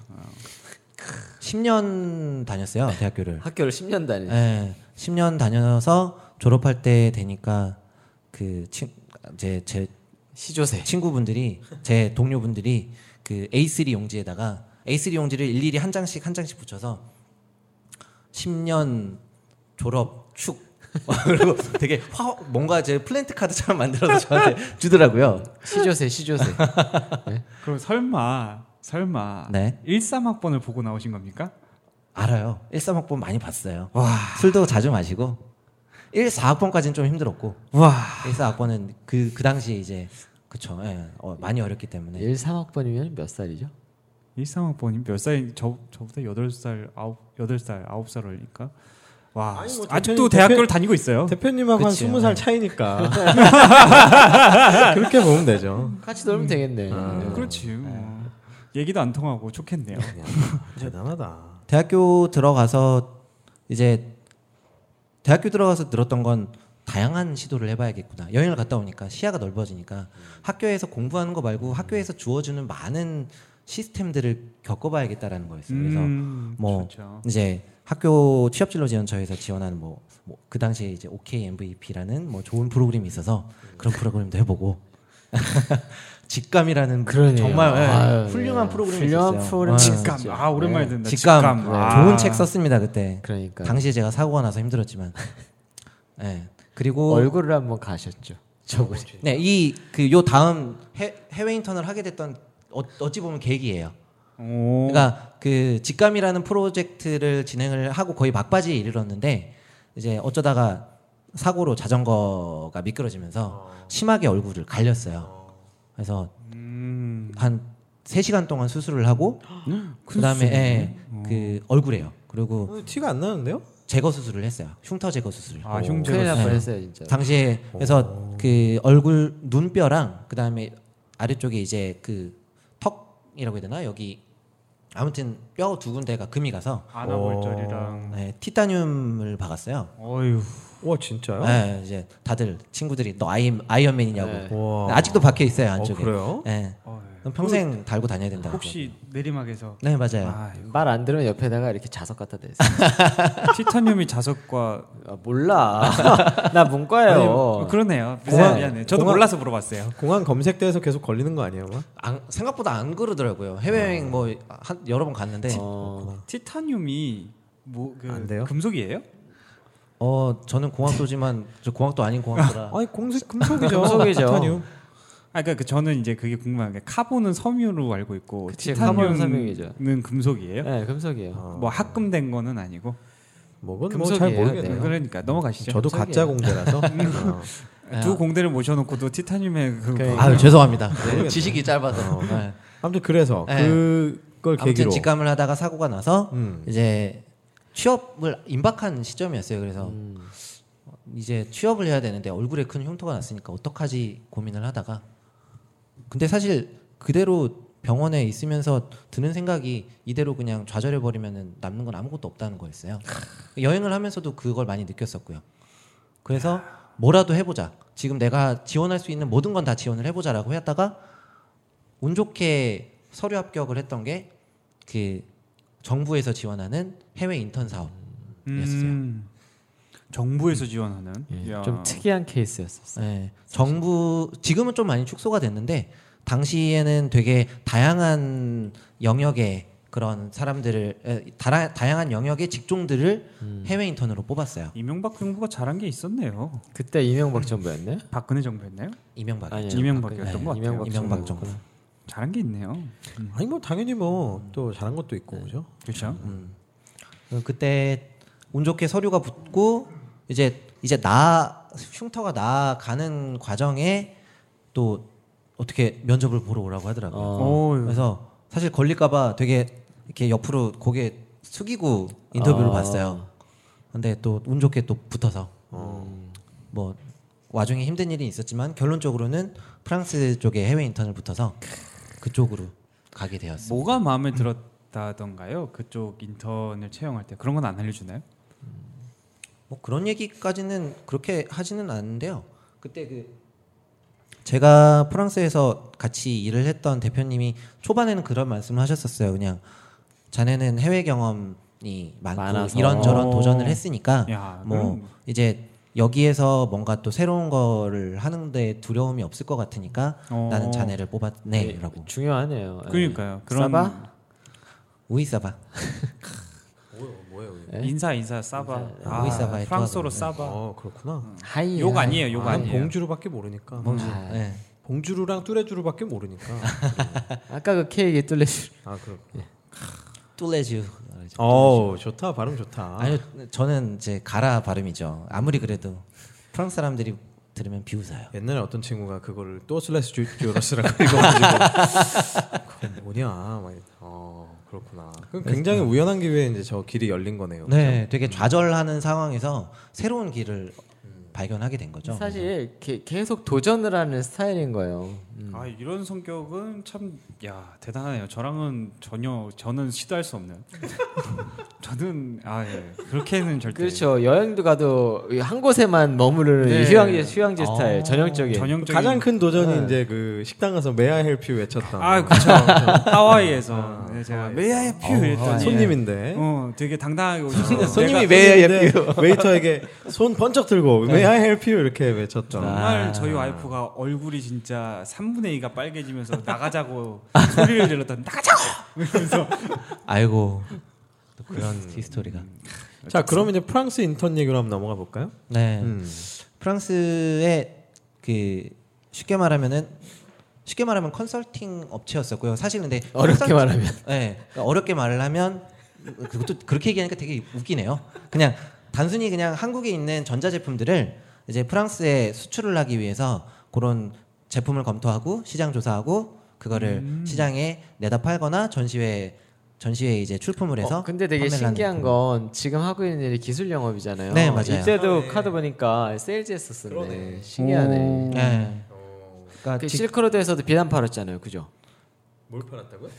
S4: 10년 다녔어요 대학교를.
S3: 학교를 10년 다니.
S4: 예, 10년 다녀서 졸업할 때 되니까 그 친, 제, 제
S3: 시조새.
S4: 친구분들이 제 동료분들이 그 A3 용지에다가 A3 용지를 일일이 한 장씩 한 장씩 붙여서 10년 졸업 축 그리고 되게 화 뭔가 제 플랜트 카드처럼 만들어서 저한테 주더라고요.
S3: 시조새 시조새.
S2: 그럼 설마 설마
S4: 네.
S2: 13학번을 보고 나오신 겁니까?
S4: 알아요. 13학번 많이 봤어요.
S2: 와.
S4: 술도 자주 마시고 14학번까지는 좀 힘들었고
S2: 와.
S4: 14학번은 그 그 당시 이제 그쵸 예, 어, 많이 어렸기 때문에
S3: 1, 3학번이면 몇 살이죠?
S2: 13학번이 몇 살인 저 저보다 8살 9 8살 9살 어리니까. 와.
S1: 아니, 뭐 대표님,
S2: 아직도 대학교를 다니고 있어요.
S1: 음. 대표님하고 한
S4: 그치,
S1: 20살 차이니까 그렇게 보면 되죠.
S3: 같이 놀면 되겠네.
S4: 아.
S2: 음, 그렇지. 뭐. 얘기도 안 통하고 좋겠네요.
S1: 대단하다.
S4: 대학교 들어가서 이제 대학교 들어가서 들었던 건 다양한 시도를 해봐야겠구나. 여행을 갔다 오니까 시야가 넓어지니까 학교에서 공부하는 거 말고 학교에서 주어주는 많은 시스템들을 겪어봐야겠다라는 거였어요. 그래서
S2: 음,
S4: 뭐
S2: 좋죠.
S4: 이제 학교 취업진로 지원처에서 지원하는 뭐 그 당시에 이제 OK MVP라는 뭐 좋은 프로그램이 있어서 그런 프로그램도 해보고 직감이라는 정말 예,
S3: 아유,
S4: 훌륭한
S3: 예.
S4: 프로그램이
S3: 훌륭한
S4: 있었어요.
S3: 프로그램.
S4: 아,
S2: 직감.
S3: 진짜.
S2: 아, 오랜만에
S3: 네.
S2: 듣는다.
S4: 직감,
S2: 아.
S4: 좋은 책 썼습니다 그때
S3: 그러니까
S4: 당시에 제가 사고가 나서 힘들었지만 예 그리고
S3: 얼굴을 한번 가셨죠. 저분이.
S4: 네이 그 요 다음 해, 해외 인턴을 하게 됐던 어, 어찌 보면 계기예요
S2: 오.
S4: 그러니까 그 직감이라는 프로젝트를 진행을 하고 거의 막바지에 이르렀는데 이제 어쩌다가 사고로 자전거가
S2: 어.
S4: 미끄러지면서 심하게 얼굴을 갈렸어요 그래서
S2: 음.
S4: 한 세시간 동안 수술을 하고
S2: 네?
S4: 그다음에 예, 그 얼굴에요 그리고
S1: 오늘 어, 티가 안 나는데요?
S4: 제거 수술을 했어요 흉터 제거 수술
S2: 아, 어.
S3: 큰일
S2: 흉제.
S3: 날 뻔했어요 진짜.
S4: 당시에 그래서 그 얼굴 눈뼈랑 그 다음에 아래쪽에 이제 그 턱이라고 해야 되나 여기 아무튼 뼈 두 군데가 금이 가서
S2: 아나골절이랑
S4: 네, 티타늄을 박았어요.
S2: 어휴.
S1: 와 진짜요?
S4: 네, 이제 다들 친구들이 너 아이, 아이언맨이냐고
S3: 네.
S1: 와.
S4: 아직도 박혀 있어요
S1: 어,
S4: 안쪽에.
S1: 그래요?
S4: 네,
S2: 어휴.
S4: 그럼 평생 달고 다녀야 된다고.
S2: 네. 혹시 내리막에서
S4: 네 맞아요.
S2: 아,
S3: 말 안 들으면 옆에다가 이렇게 자석 갖다 대.
S2: 티타늄이 자석과
S3: 아, 몰라. 나 문과예요.
S2: 아니, 그러네요.
S1: 공항-
S2: 미안해, 미안해. 저도
S1: 공항-
S2: 몰라서 물어봤어요.
S1: 공항 검색대에서 계속 걸리는 거 아니에요? 막?
S4: 안-
S1: 어.
S4: 생각보다 안 그러더라고요. 해외여행 뭐 한, 여러 번 갔는데
S3: 어,
S2: 티타늄이
S1: 안
S2: 뭐그
S1: 돼요?
S2: 금속이에요?
S4: 어 저는 공학도지만 저 공학도 아닌 공학도라
S1: 아니 공식 금속이죠.
S3: 금속이죠.
S1: 타타늄.
S2: 아, 그러니까 그 저는 이제 그게 궁금한 게 카본은 섬유로 알고 있고
S3: 그치, 카본은 섬유이죠.
S2: 티타늄은 금속이에요?
S3: 네, 금속이에요.
S4: 어.
S2: 뭐 합금된 거는 아니고
S1: 뭐건 뭐잘
S3: 금속이에요,
S1: 모르겠네요.
S2: 그러니까 넘어가시죠.
S1: 저도
S3: 금속이에요.
S1: 가짜 공제라서 어,
S2: 두 공대를 모셔놓고도 티타늄의 그
S3: 그러니까.
S4: 예. 아유 죄송합니다 네,
S1: 모르겠네.
S4: 지식이 짧아서 네.
S1: 아무튼 그래서
S4: 네.
S1: 그걸
S4: 아무튼
S1: 계기로
S4: 직감을 하다가 사고가 나서
S1: 음.
S4: 이제 취업을 임박한 시점이었어요. 그래서 이제 취업을 해야 되는데 얼굴에 큰 흉터가 났으니까 어떡하지 고민을 하다가 근데 사실 그대로 병원에 있으면서 드는 생각이 이대로 그냥 좌절해 버리면 남는 건 아무것도 없다는 거였어요. 여행을 하면서도 그걸 많이 느꼈었고요. 그래서 뭐라도 해보자. 지금 내가 지원할 수 있는 모든 건 다 지원을 해보자라고 했다가 운 좋게 서류 합격을 했던 게 그 정부에서 지원하는 해외 인턴 사업.
S2: 음, 정부에서 지원하는
S4: 예,
S2: 이야.
S3: 좀 특이한 케이스였었어요.
S4: 네, 정부 지금은 좀 많이 축소가 됐는데 당시에는 되게 다양한 영역의 그런 사람들을 에, 다라, 다양한 영역의 직종들을
S3: 음.
S4: 해외 인턴으로 뽑았어요.
S2: 이명박 정부가 잘한 게 있었네요.
S3: 그때
S4: 음.
S3: 이명박 정부였네.
S2: 박근혜 정부였나요?
S4: 예, 이명박.
S3: 아니요,
S2: 이명박이었던
S3: 박근혜.
S2: 것 같아요.
S3: 이명박,
S4: 이명박
S3: 정부.
S4: 정부.
S2: 잘한 게 있네요.
S1: 아니 뭐 당연히 뭐 또 잘한 것도 있고 그죠.
S2: 그렇죠.
S4: 음, 어, 그때 운 좋게 서류가 붙고 이제 이제 나 흉터가 나가는 과정에 또 어떻게 면접을 보러 오라고 하더라고요.
S3: 어.
S2: 오,
S4: 그래서 사실 걸릴까봐 되게 이렇게 옆으로 고개 숙이고 인터뷰를
S3: 아.
S4: 봤어요. 근데 또 운 좋게 또 붙어서 뭐 와중에 힘든 일이 있었지만 결론적으로는 프랑스 쪽에 해외 인턴을 붙어서 그쪽으로 가게 되었어요.
S2: 뭐가 마음에 들었다던가요? 그쪽 인턴을 채용할 때 그런 건 안 알려주나요?
S4: 뭐 그런 얘기까지는 그렇게 하지는 않는데요. 그때 그 제가 프랑스에서 같이 일을 했던 대표님이 초반에는 그런 말씀을 하셨었어요. 그냥 자네는 해외 경험이 많고
S3: 많아서.
S4: 이런저런
S2: 오.
S4: 도전을 했으니까
S2: 야,
S4: 뭐
S2: 그럼-
S4: 이제 여기에서 뭔가 또 새로운 거를 하는데 두려움이 없을 것 같으니까
S2: 어.
S4: 나는 자네를 뽑았네라고.
S3: 예, 중요하네요. 예.
S2: 그러니까요. 그런
S3: 싸바?
S4: 우이사바.
S2: 인사 인사 싸바. 아,
S4: 인사, 오이사바에
S2: 프랑스어로
S4: 예, 도와드리는.
S2: 싸바.
S1: 어 그렇구나.
S3: 하이.
S2: 욕 아니에요. 욕
S1: 난
S2: 아니에요.
S1: 봉주루밖에 모르니까.
S3: 아,
S4: 네.
S1: 봉주루랑 뚜레주루밖에 모르니까.
S3: 아까 그 케이크 뚫레슈.
S1: 아 그렇.
S4: 뚜레즈.
S1: 어 좋다 발음 좋다.
S4: 아니요, 저는 이제 가라 발음이죠. 아무리 그래도 프랑스 사람들이 들으면 비웃어요.
S1: 옛날에 어떤 친구가 그거를 또 슬래시 주- 주로스라고 읽어가지고 그건 뭐냐 막 이랬- 어 그렇구나 그럼 굉장히 우연한 기회에 이제 저 길이 열린 거네요
S4: 네, 되게 좌절하는 상황에서 새로운 길을 발견하게 된 거죠.
S3: 사실 게- 계속 도전을 하는 스타일인 거예요. 음,
S2: 아 이런 성격은 참 야 대단하네요. 저랑은 전혀 저는 시도할 수 없는. 저는 아 예. 그렇게는 절대.
S3: 그렇죠. 여행도 가도 이한 곳에만 머무르는
S2: 네.
S3: 휴양지 휴양지
S4: 아.
S3: 스타일 전형적인.
S2: 어, 전형적인
S1: 가장 큰 도전이 이제 그 식당 가서 메아 헬피 외쳤던
S2: 아 그렇죠. 하와이에서 네, 제가 메아의 퓨
S1: 예.
S2: 이랬더니
S1: 손님인데
S2: 어 되게 당당하게 오셔서
S1: 손님이 메아 헬피 웨이터에게 손 번쩍 들고
S4: 네.
S1: 메아 헬피 이렇게 외쳤던
S4: 아,
S2: 정말 저희 와이프가 얼굴이 진짜 3분의 2가 빨개지면서 나가자고 소리를 질렀다 나가자고 이러면서
S4: 아이고 또 그런 히스토리가.
S1: 자 그럼 이제 프랑스 인턴 얘기로 한번 넘어가 볼까요?
S4: 네,
S1: 음.
S4: 프랑스의 그 쉽게 말하면은 쉽게 말하면 컨설팅 업체였었고요. 사실 근데
S3: 어렵게 말하면.
S4: 네, 어렵게 말을 하면 그것도 그렇게 얘기하니까 되게 웃기네요. 그냥 단순히 그냥 한국에 있는 전자 제품들을 이제 프랑스에 수출을 하기 위해서 그런 제품을 검토하고 시장 조사하고 그거를
S3: 음.
S4: 시장에 내다 팔거나 전시회 전시회에 이제 출품을 해서
S3: 어, 근데 되게
S4: 판매를 하는 그
S3: 신기한 건 지금 하고 있는 일이 기술 영업이잖아요.
S4: 네, 맞아요.
S3: 이때도 카드 보니까 세일즈 했었었네. 신기하네.
S4: 제품. 네. 그러니까
S3: 그
S4: 직-
S3: 실크로드에서도 비단 팔았잖아요. 그죠?
S1: 뭘 팔았다고요?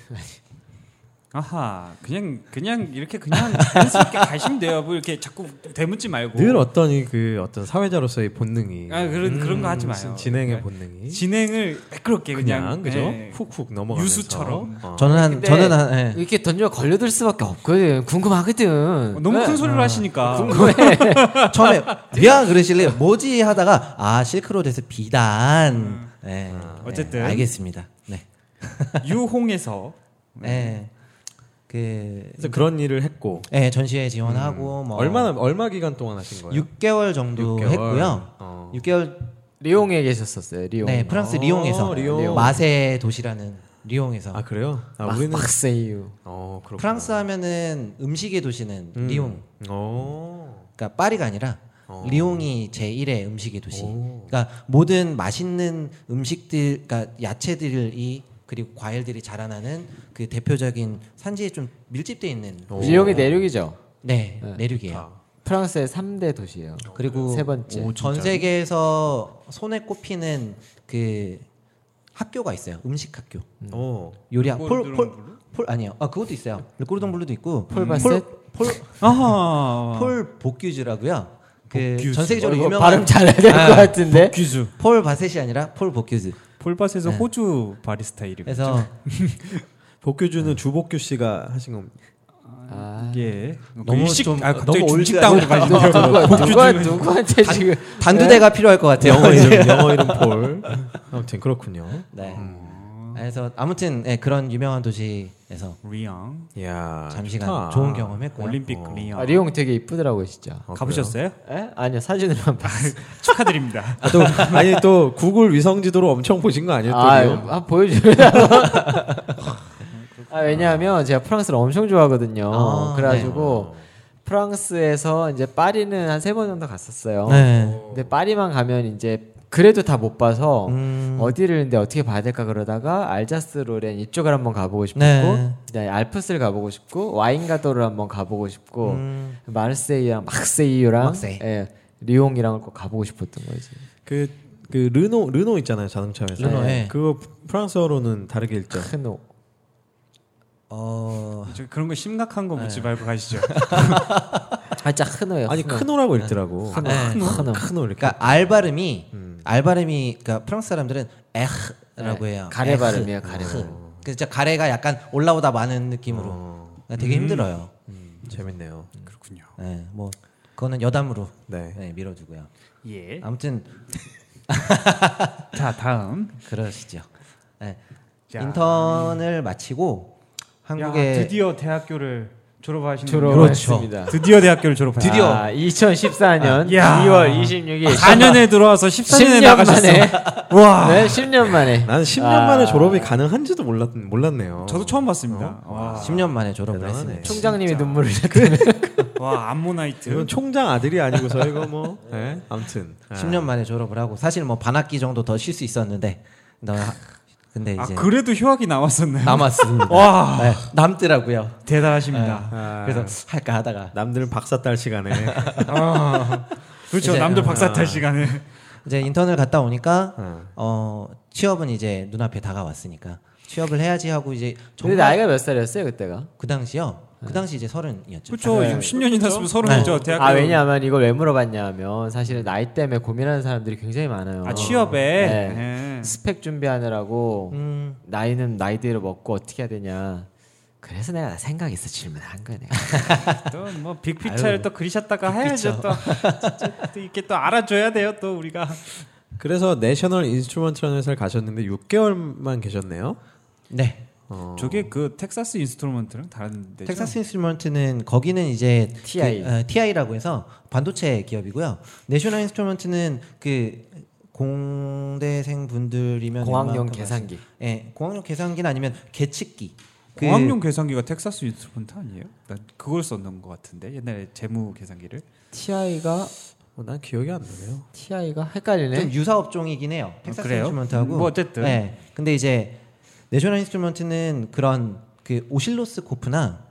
S2: 아하 그냥 그냥 이렇게 그냥 자연스럽게 가시면 돼요 뭐 이렇게 자꾸 대묻지 말고
S1: 늘 어떤 이 그 어떤 사회자로서의 본능이
S2: 아 그런 그런 거 하지
S1: 무슨
S2: 마요 네.
S1: 진행의 본능이
S2: 진행을 매끄럽게
S1: 그냥,
S2: 그냥,
S1: 그죠?
S2: 예.
S1: 훅훅 넘어가면서
S2: 유수처럼.
S1: 어.
S4: 저는 한
S3: 근데
S4: 저는 한 네.
S3: 이렇게 던져 걸려들 수밖에 없거든. 궁금하거든.
S2: 어, 너무
S3: 네.
S2: 큰 소리를 하시니까
S3: 그
S4: 처음에 비아 그러실래요? 뭐지 하다가 아 실크로드에서
S3: 음.
S4: 비단. 네. 네,
S2: 어쨌든.
S4: 알겠습니다. 네.
S2: 유홍에서
S4: 네. 그
S1: 그래서 그런 일을 했고
S4: 예, 전시회 지원하고 뭐
S1: 음. 얼마나 얼마 기간 동안 하신 거예요?
S4: 6개월 정도
S1: 6개월.
S4: 했고요.
S1: 어.
S4: 6개월
S3: 리옹에 계셨었어요. 리옹.
S4: 네, 프랑스
S1: 아,
S4: 리옹에서 네,
S1: 리옹.
S4: 마세 도시라는 리옹에서
S1: 아 그래요? 아
S3: 막-
S1: 우리는
S3: 막세유.
S1: 어 그렇구나.
S4: 프랑스 하면은 음식의 도시는
S1: 음.
S4: 리옹.
S1: 어.
S4: 그러니까 파리가 아니라
S1: 어.
S4: 리옹이 제1의 음식의 도시.
S1: 오.
S4: 그러니까 모든 맛있는 음식들, 그러니까 야채들이 그리고 과일들이 자라나는 그 대표적인 산지에 좀 밀집돼 있는
S1: 오.
S3: 리옹이 내륙이죠.
S4: 네,
S3: 네.
S4: 내륙이에요.
S1: 아,
S3: 프랑스의 3대 도시예요.
S4: 그리고
S3: 세 번째.
S4: 오, 전 세계에서 손에 꼽히는 그 학교가 있어요. 음식 학교.
S1: 어.
S4: 요리학 폴,
S2: 르꼬르
S4: 폴,
S2: 블루?
S4: 폴 아니요. 아, 그것도 있어요. 르꼬르동 블루도 있고
S3: 폴 바셋?
S4: 폴,
S2: 아하.
S4: 폴 보큐즈라고요. 그
S1: 보큐즈.
S4: 전
S3: 어,
S4: 세계적으로
S3: 이거
S4: 유명한
S3: 발음 잘해야 될 것
S4: 아,
S3: 같은데.
S2: 퀴즈.
S4: 폴 바셋이 아니라 폴 보큐즈.
S2: 폴밭에서
S4: 네.
S2: 호주 바리스타 이름.
S4: 그래서 음.
S1: 복규주는 주복규 씨가 하신 겁니다.
S3: 아,
S2: 예.
S4: 너무
S2: 일식,
S4: 좀-
S2: 아, 갑자기
S4: 너무
S2: 중식 당으로
S3: 누가
S2: 가시네요.
S3: 누가 누구한테 지금
S4: 단두대가 필요할 것 같아요. 예.
S1: 영어 이름 영어 이름 폴. 아무튼 그렇군요.
S4: 네. 그래서 아무튼 예, 그런 유명한 도시에서
S2: 아, 리앙.
S1: 이야.
S4: 잠시간
S1: 아, 좋다.
S4: 좋은 경험했고요.
S2: 올림픽
S1: 어.
S2: 리앙.
S3: 아, 리옹 되게 이쁘더라고요, 진짜.
S1: 어,
S2: 가보셨어요?
S3: 에? 아니요, 사진으로만 봤어요.
S2: 축하드립니다.
S1: 아, 또 아니 또 구글 위성 지도로 엄청 보신 거 아니에요? 또
S3: 아,
S1: 리옹?
S3: 아 보여주려고. 아, 왜냐하면 제가 프랑스를 엄청 좋아하거든요.
S4: 아,
S3: 그래가지고 프랑스에서 이제 파리는 한 세 번 정도 갔었어요.
S4: 네.
S3: 근데 파리만 가면 이제 그래도 다 못 봐서
S4: 음.
S3: 어디를 근데 어떻게 봐야 될까 그러다가 알자스 로렌 이쪽을 한번 가보고 싶고
S4: 네.
S3: 그다음에 알프스를 가보고 싶고 와인가도를 한번 가보고 싶고
S4: 음.
S3: 마르세이랑 막세이유랑
S4: 막세이.
S3: 예, 리옹이랑을 꼭 가보고 싶었던 거지.
S1: 그, 그 르노 르노 있잖아요 자동차 회사.
S4: 르노, 예.
S1: 그거 프랑스어로는 다르게 읽죠.
S3: 크노.
S4: 어.
S2: 저 그런 거 심각한 거 묻지 말고 가시죠.
S3: 아, 진짜 크노예요.
S1: 아니
S3: 크노.
S1: 크노라고 읽더라고.
S3: 크노.
S4: 네.
S3: 크노. 크노.
S1: 크노 이렇게.
S4: 그러니까 알 발음이
S1: 음.
S4: 알 발음이 그러니까 프랑스 사람들은 에흐라고 해요.
S3: 네. 가래
S2: 어.
S4: 에흐.
S3: 발음이에요, 가래
S4: 에흐.
S3: 발음.
S4: 그래서 진짜 가래가 약간 올라오다 마는 느낌으로
S1: 어,
S4: 그러니까 되게 힘들어요.
S1: 음, 재밌네요.
S2: 그렇군요.
S4: 네, 뭐 그거는 여담으로
S1: 네.
S4: 네, 밀어주고요.
S2: 예.
S4: 아무튼
S2: 자 다음.
S4: 그러시죠. 네.
S2: 자.
S4: 인턴을 마치고 한국에
S2: 야, 드디어 대학교를 졸업하신
S3: 졸업했습니다.
S1: 그렇죠.
S2: 드디어 대학교를 졸업하신
S4: 드디어.
S3: 아, 2014년
S2: 야.
S3: 2월 26일.
S2: 4년에 들어와서 14년에
S3: 10년
S2: 나가셨어.
S3: 만에.
S2: 와.
S3: 네, 10년 만에. 아,
S1: 나는 10년
S4: 아.
S1: 만에 졸업이 가능한지도 몰랐 몰랐네요.
S2: 저도 처음 봤습니다. 와.
S4: 아, 10년 만에 졸업을
S1: 대단하네.
S4: 했습니다.
S3: 총장님이 눈물을 흘렸다는
S2: 와 암모나이트.
S1: 이건 총장 아들이 아니고서 이거 뭐. 예. 아무튼. 아.
S4: 10년 만에 졸업을 하고 사실 뭐 반학기 정도 더 쉴 수 있었는데 너 근데
S2: 아
S4: 이제
S2: 그래도 휴학이 남았었네요.
S4: 남았습니다.
S2: 와.
S4: 네, 남더라고요.
S2: 대단하십니다.
S1: 아.
S4: 그래서 할까 하다가
S1: 남들은 박사 딸 시간에
S2: 그렇죠.
S4: 이제,
S2: 남들 박사 탈 시간에.
S4: 이제 인턴을 갔다 오니까
S1: 어.
S4: 어 취업은 이제 눈앞에 다가왔으니까 취업을 해야지 하고 이제
S3: 근데
S4: 정말
S3: 나이가 몇 살이었어요, 그때가?
S4: 그 당시요 그 당시 이제 서른이었죠.
S2: 그렇죠. 지금 10년이 났으면 서른이죠. 대학교.
S3: 아, 왜냐하면 이걸 왜 물어봤냐 하면 사실 나이 때문에 고민하는 사람들이 굉장히 많아요.
S2: 아, 취업에.
S3: 어. 네.
S2: 예.
S3: 스펙 준비하느라고
S4: 음,
S3: 나이는 나이대로 먹고 어떻게 해야 되냐. 그래서 내가 생각해서 질문한 거야 내가.
S2: 또 뭐 빅피처를 또 그리셨다가 해야죠 또. 진짜 또 이게 또 알아줘야 돼요 또 우리가.
S1: 그래서 내셔널 인스트루먼트라는 회사를 가셨는데 6개월만 계셨네요.
S4: 네.
S1: 어.
S2: 저게 그 텍사스 인스트루먼트랑 다른 데죠?
S4: 텍사스 인스트루먼트는 거기는 이제
S3: TI.
S4: 그, TI라고 해서 반도체 기업이고요. 내셔널 인스트루먼트는 그 공대생 분들이면
S3: 공학용
S4: 웬만큼
S3: 계산기.
S4: 아시- 예, 공학용 계산기는 아니면 계측기. 그-
S2: 공학용 계산기가 텍사스 인스트루먼트 아니에요? 난 그걸 썼던 것 같은데 옛날에 재무 계산기를.
S3: TI가
S1: 어, 난 기억이 안 나네요.
S3: TI가 헷갈리네. 아,
S4: 좀 유사 업종이긴 해요. 텍사스
S2: 그래요?
S4: 인스트루먼트하고.
S2: 음, 뭐 어쨌든.
S4: 네. 근데 이제 내셔널 인스트루먼트는 그런 그 오실로스코프나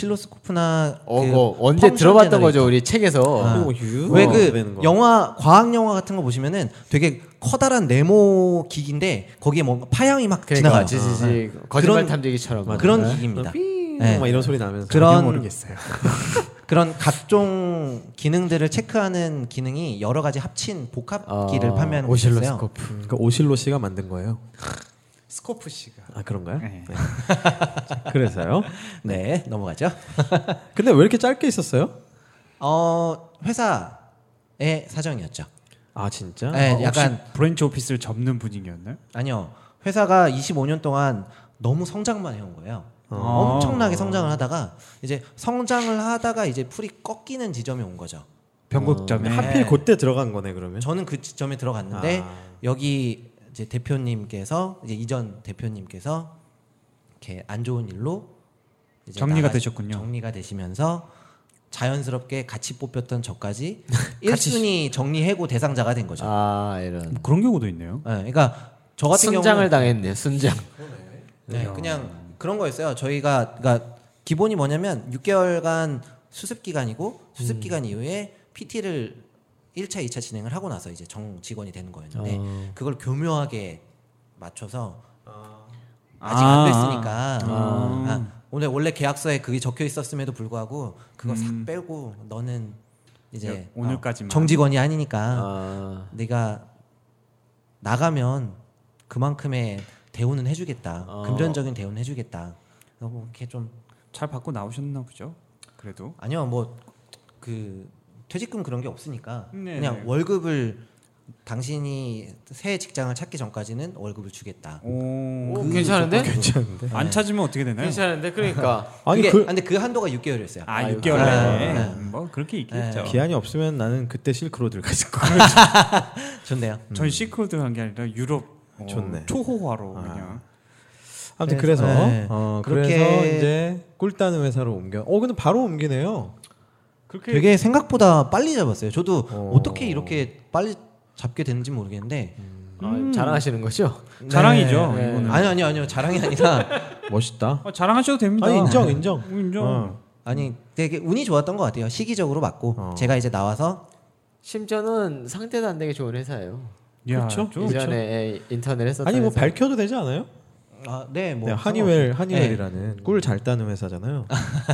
S4: 오실로스코프나
S3: 어,
S4: 그
S3: 뭐 언제
S4: 펑션
S3: 들어봤던
S4: 제너레이터.
S3: 거죠 우리 책에서.
S4: 아.
S1: 어, 유- 어,
S4: 왜
S1: 되는 거.
S4: 그 영화 과학 영화 같은 거 보시면은 되게 커다란 네모 기기인데 거기에 뭔가 파양이 막
S3: 그러니까
S4: 지나가요.
S3: 지지지 거짓말
S4: 그런-
S3: 탐지기처럼
S4: 아, 그런
S3: 네.
S4: 기기입니다.
S1: 어, 삐-
S4: 네.
S1: 막 이런 소리 나면서
S4: 그런-
S1: 전혀 모르겠어요.
S4: 그런 각종 기능들을 체크하는 기능이 여러 가지 합친 복합기를
S3: 아,
S4: 판매하는 곳이었어요.
S3: 오실로스코프.
S1: 그 오실로 씨가 만든 거예요.
S2: 스코프 씨가.
S1: 아 그런가요?
S2: 네.
S1: 네. 그래서요.
S4: 네, 넘어가죠.
S1: 근데 왜 이렇게 짧게 있었어요?
S4: 어, 회사의 사정이었죠.
S1: 아 진짜?
S4: 네,
S2: 어,
S4: 약간
S2: 혹시 브랜치 오피스를 접는 분위기였나요?
S4: 아니요. 회사가 25년 동안 너무 성장만 해온 거예요.
S1: 어.
S4: 엄청나게 성장을 하다가 이제 성장을 하다가 이제 풀이 꺾이는 지점이 온 거죠.
S2: 변곡점에
S4: 네.
S1: 하필 그때 들어간 거네 그러면.
S4: 저는 그 지점에 들어갔는데
S1: 아.
S4: 여기 이제 대표님께서 이제 이전 대표님께서 이렇게 안 좋은 일로 이제
S2: 정리가
S4: 나가시-
S2: 되셨군요.
S4: 정리가 되시면서 자연스럽게 같이 뽑혔던 저까지 1순위 정리해고 대상자가 된 거죠.
S3: 아 이런
S2: 뭐 그런 경우도 있네요.
S4: 네, 그러니까 저 같은
S3: 순장을
S4: 경우는
S3: 당했네 순장
S4: 네, 그냥 그런 거였어요. 저희가 그러니까 기본이 뭐냐면 6개월간 수습 기간이고 수습 기간 이후에 PT를 1차, 2차 진행을 하고 나서 이제 정 직원이 되는 거였는데 그걸 교묘하게 맞춰서 아직
S2: 아.
S4: 안 됐으니까 아, 오늘 원래 계약서에 그게 적혀 있었음에도 불구하고 그거 싹 빼고 너는 이제
S2: 네,
S4: 어,
S2: 오늘까지만.
S4: 정직원이 아니니까
S3: 아,
S4: 내가 나가면 그만큼의 대우는 해주겠다.
S3: 어.
S4: 금전적인 대우는 해주겠다. 그래서 뭐 이렇게 좀
S2: 잘 받고 나오셨나 보죠. 그래도
S4: 아니요 뭐 그 퇴직금 그런 게 없으니까
S2: 네, 네.
S4: 그냥 월급을 당신이 새 직장을 찾기 전까지는 월급을 주겠다.
S2: 오,
S4: 그
S3: 오,
S4: 음,
S3: 괜찮은데?
S1: 괜찮은데.
S4: 네.
S2: 안 찾으면 어떻게 되나요?
S3: 괜찮은데 그러니까
S1: 아니
S4: 그게-
S1: 그
S4: 근데 그 한도가 6개월이었어요.
S2: 아
S3: 아유,
S2: 6개월 안에
S4: 네.
S2: 음, 뭐 그렇게
S4: 아.
S2: 있겠죠.
S1: 기한이 없으면 나는 그때 실크로 들어갔을 거야.
S4: 좋네요.
S2: 전 시크로드 음. 한게 아니라 유럽 어,
S1: 좋네. 아.
S2: 초호화로 그냥
S1: 아무튼
S4: 그래서-
S1: 그래서,
S4: 네.
S1: 어,
S4: 그렇게-
S1: 그래서 이제 꿀따는 회사로 옮겨. 어 근데 바로 옮기네요.
S2: 그렇게
S4: 되게 생각보다 빨리 잡았어요. 저도
S1: 어.
S4: 어... 떻게 이렇게 빨리 잡게 되는지 모르겠는데
S2: 음.
S3: 아, 자랑하시는 거죠?
S2: 자랑이죠, 이거는.
S4: 음. 아니요 아니요 아니요 자랑이 아니라
S1: 멋있다.
S2: 어, 자랑하셔도 됩니다.
S1: 아니 인정 인정.
S2: 어, 인정.
S1: 어.
S4: 아니 되게 운이 좋았던 것 같아요. 시기적으로 맞고
S1: 어.
S4: 제가 이제 나와서
S3: 심지어는 상대도 안 되게 좋은 회사예요.
S2: 야,
S1: 그렇죠.
S2: 좀-
S3: 이전에 예, 인턴을 했었던
S1: 아니 뭐
S3: 회사.
S1: 밝혀도 되지 않아요?
S4: 아, 네, 뭐
S1: 네, 한이웰 한이웰이라는 꿀 잘 따는 회사잖아요.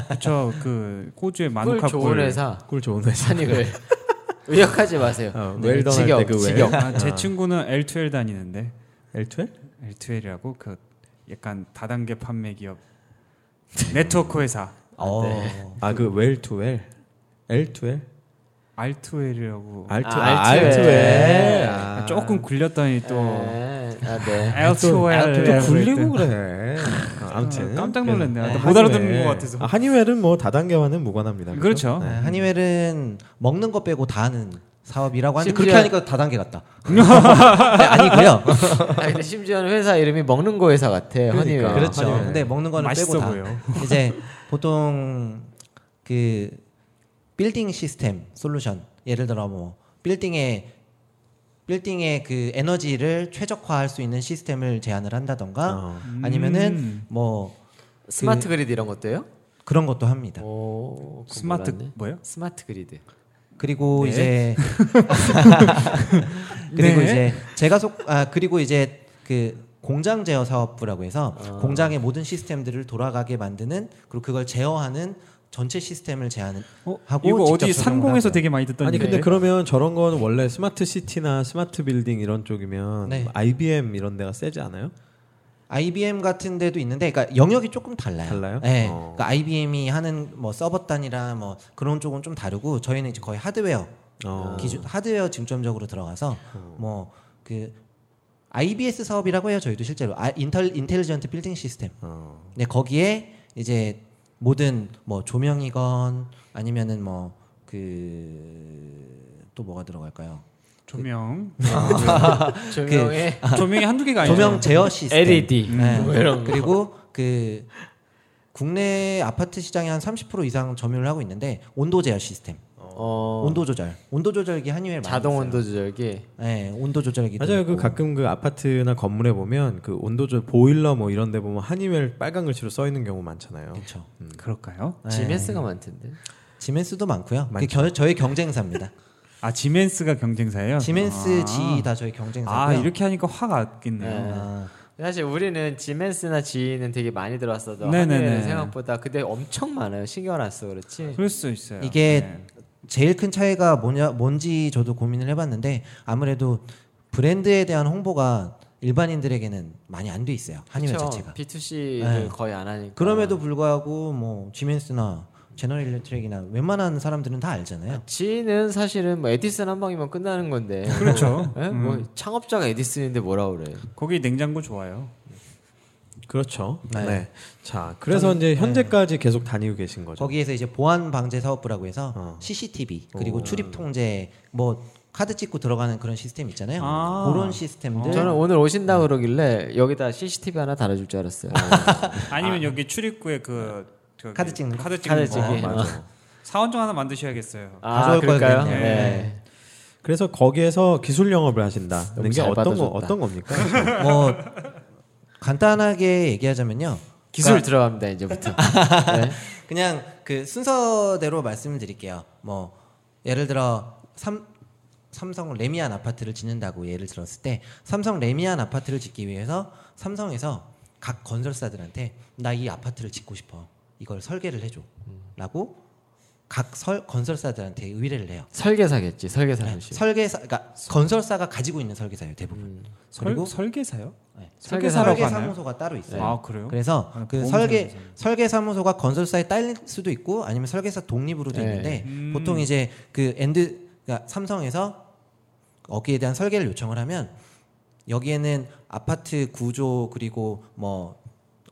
S2: 그렇죠. 그 호주의
S3: 꿀
S2: 마누카
S3: 좋은 회사
S1: 꿀 좋은 회사.
S3: 산익을 의역하지 마세요.
S1: 어,
S3: 네,
S1: 웰던
S3: 직역,
S1: 할때그 웰.
S3: 직역.
S2: 아, 제 친구는 L2L 다니는데
S1: 엘투엘?
S2: L2L이라고 그 약간 다단계 판매 기업 네트워크 회사
S4: 어.
S1: 아그 웰투엘. 엘투엘?
S2: R2L이라고
S1: 알투
S3: 아,
S1: 아,
S3: 알투엘.
S1: 알투엘.
S2: 아, 조금 굴렸더니 또
S3: 네, 아, 네.
S2: L2L
S1: 또 굴리고 그래. 아, 아무튼
S2: 깜짝 놀랐네요.
S1: 그래서,
S2: 나못 알아듣는
S1: 한이웰.
S2: 것 같아서.
S1: 아, 한이웰은 뭐 다단계와는 무관합니다.
S2: 그렇죠.
S4: 네, 한이웰은 먹는 것 빼고 다 하는 사업이라고 하는데
S3: 심지어-
S4: 그렇게 하니까 다단계 같다. 네, 아니고요.
S3: 아, 근데 심지어는 회사 이름이 먹는 거 회사 같아. 허니웨어.
S1: 그러니까.
S4: 그렇죠.
S1: 한이웰.
S4: 근데 먹는 거는
S2: 맛있어
S4: 빼고 다.
S2: 보여.
S4: 이제 보통 그 빌딩 시스템 솔루션 예를 들어 뭐 빌딩에 빌딩의 그 에너지를 최적화할 수 있는 시스템을 제안을 한다던가
S1: 어.
S4: 음.
S2: 음.
S4: 아니면은 뭐
S3: 스마트 그리드 이런 것도요?
S4: 그런 것도
S1: 네.
S4: 합니다.
S3: 오, 그건
S2: 스마트
S3: 몰랐네.
S2: 뭐요?
S3: 스마트 그리드.
S4: 그리고
S2: 네.
S4: 이제 그리고
S2: 네.
S4: 이제 제가 속 아 그리고 이제 그 공장 제어 사업부라고 해서 공장의 모든 시스템들을 돌아가게 만드는 그리고 그걸 제어하는 전체 시스템을 제안을
S2: 어,
S4: 하고
S2: 이거
S4: 직접
S2: 어디
S4: 적용을
S2: 산공에서
S4: 하고요.
S2: 되게 많이 듣던
S1: 아니 근데
S2: 얘기예요.
S1: 그러면 저런 건 원래 스마트 시티나 스마트 빌딩 이런 쪽이면
S4: 네.
S1: IBM 이런 데가 세지 않아요?
S4: IBM 같은 데도 있는데 그러니까 영역이 조금 달라요.
S1: 달라요?
S4: 네.
S1: 어.
S4: 그러니까 IBM이 하는 뭐 서버 단이나 뭐 그런 쪽은 좀 다르고 저희는 이제 거의 하드웨어
S1: 어.
S4: 기준 하드웨어 중점적으로 들어가서 뭐 그 IBS 사업이라고 해요. 저희도 실제로 아, 인텔 인텔리전트 빌딩 시스템.
S1: 어.
S4: 근데 거기에 이제 모든 뭐 조명이건 아니면은 뭐 그 또 뭐가 들어갈까요?
S2: 조명
S1: 아,
S3: 조명에
S2: 조명이 한두 개가 아니죠.
S4: 조명 제어
S1: 그
S4: 시스템.
S3: LED.
S4: 네.
S3: 뭐 이런 거.
S4: 그리고 그 국내 아파트 시장에 한 30% 이상 점유를 하고 있는데 온도 제어 시스템,
S3: 어,
S4: 온도 조절, 온도 조절기 한이웰 많이
S3: 자동
S4: 있어요.
S3: 온도 조절기.
S4: 네, 온도 조절기.
S1: 맞아요. 그 가끔 그 아파트나 건물에 보면 그 온도조 보일러 뭐 이런 데 보면 한이웰 빨간 글씨로 써 있는 경우 많잖아요.
S4: 그렇죠.
S2: 음, 그럴까요?
S1: 네.
S3: GMS가 많던데.
S4: 지멘스도 많고요. 그게
S1: 많죠.
S4: 겨- 저희 경쟁사입니다.
S2: 아 지멘스가 경쟁사예요.
S4: 지멘스
S2: 아.
S4: G 다 저희 경쟁사고요.
S2: 아 이렇게 하니까 화가 났겠네요.
S4: 아,
S3: 사실 우리는 지멘스나 지는 되게 많이 들어왔어도
S2: 네네네.
S3: 한국에는 생각보다 근데 엄청 많아요. 신경 안 써 그렇지.
S2: 그럴 수 있어요.
S4: 네. 이게
S2: 네.
S4: 제일 큰 차이가 뭐냐 뭔지 저도 고민을 해봤는데 아무래도 브랜드에 대한 홍보가 일반인들에게는 많이 안 돼 있어요. 한이웰
S3: 그쵸? 그러니까.
S4: 자체가.
S3: B2C를
S4: 네.
S3: 거의 안 하니까.
S4: 그럼에도 불구하고 뭐 지멘스나 제너럴 일렉트릭이나 웬만한 사람들은 다 알잖아요.
S3: 지는 사실은 뭐 에디슨 한 방이면 끝나는 건데. 네?
S2: 그렇죠.
S4: 음.
S3: 예? 뭐 창업자가 에디슨인데 뭐라 그래.
S2: 거기 냉장고 좋아요.
S1: 그렇죠. 네.
S4: 네.
S1: 자, 그래서 이제 현재까지 계속 다니고 계신 거죠.
S4: 거기에서 이제 보안 방제 사업부라고 해서
S1: 어.
S4: CCTV 그리고 출입 통제 뭐 카드 찍고 들어가는 그런 시스템 있잖아요.
S2: 아.
S4: 그런 시스템들
S3: 저는 오늘 오신다 고 그러길래 여기다 CCTV 하나 달아줄 줄 알았어요.
S2: 아니면 여기 출입구에 그 저기
S4: 카드 찍는 거?
S2: 카드 찍는
S3: 카드 찍기. 아,
S2: 거 맞아. 사원종 하나 만드셔야겠어요.
S4: 가져올
S3: 그럴까요?
S4: 거거든요.
S3: 네.
S1: 그래서 거기에서 기술 영업을 하신다는
S3: 너무
S1: 게
S3: 잘
S1: 어떤 거
S3: 받아줬다.
S1: 어떤 겁니까?
S4: 뭐 간단하게 얘기하자면요.
S3: 기술 들어갑니다 이제부터. 네.
S4: 그냥 그 순서대로 말씀을 드릴게요. 뭐 예를 들어 삼 삼성 레미안 아파트를 짓는다고 예를 들었을 때 삼성 레미안 아파트를 짓기 위해서 삼성에서 각 건설사들한테 나 이 아파트를 짓고 싶어 이걸 설계를 해줘라고 각 설, 건설사들한테 의뢰를 해요.
S3: 설계사겠지 설계사
S4: 네,
S3: 조심.
S4: 설계사 그러니까 건설사가 가지고 있는 설계사예요 대부분. 그리고
S2: 설, 설계사요?
S4: 네,
S2: 설계사라고
S4: 설계
S2: 하나요?
S4: 사무소가 따로 있어요. 네.
S2: 아 그래요?
S4: 그래서
S2: 아,
S4: 그
S2: 보험
S4: 설계
S2: 설계사.
S4: 설계 사무소가 건설사에 딸릴 수도 있고 아니면 설계사 독립으로도
S3: 네.
S4: 있는데
S2: 음.
S4: 보통 이제 그 엔드 그러니까 삼성에서 거기에 대한 설계를 요청을 하면 여기에는 아파트 구조 그리고 뭐,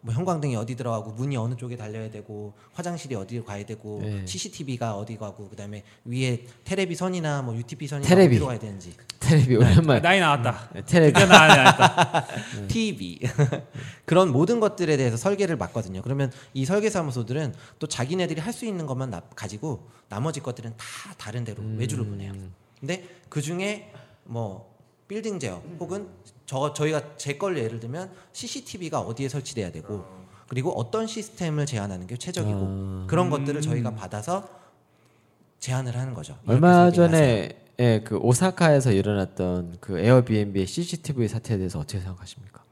S4: 뭐 형광등이 어디 들어가고 문이 어느 쪽에 달려야 되고 화장실이 어디로 가야 되고
S3: 네.
S4: CCTV가 어디 가고 그다음에 위에 테레비 선이나 뭐 UTP 선이
S3: 테레비.
S4: 어디로 가야 되는지 네.
S3: 테레비
S2: 아,
S3: 오랜만에
S2: 나이 나왔다.
S3: 네, 테레비
S2: 드디어 나이 나왔다.
S3: 네.
S4: TV 그런 모든 것들에 대해서 설계를 맡거든요. 그러면 이 설계 사무소들은 또 자기네들이 할 수 있는 것만 나- 가지고 나머지 것들은 다 다른 데로
S3: 음.
S4: 외주로 보내요. 근데 그 중에 뭐 빌딩 제어 혹은 저 저희가 제 걸 예를 들면 CCTV가 어디에 설치돼야 되고 그리고 어떤 시스템을 제안하는 게 최적이고
S3: 아.
S4: 그런 것들을 저희가 받아서 제안을 하는 거죠.
S3: 음. 얼마
S4: 이렇게 그 설계를 하세요.
S3: 전에 예, 그 오사카에서 일어났던 그 에어비앤비의 CCTV 사태에 대해서 어떻게 생각하십니까?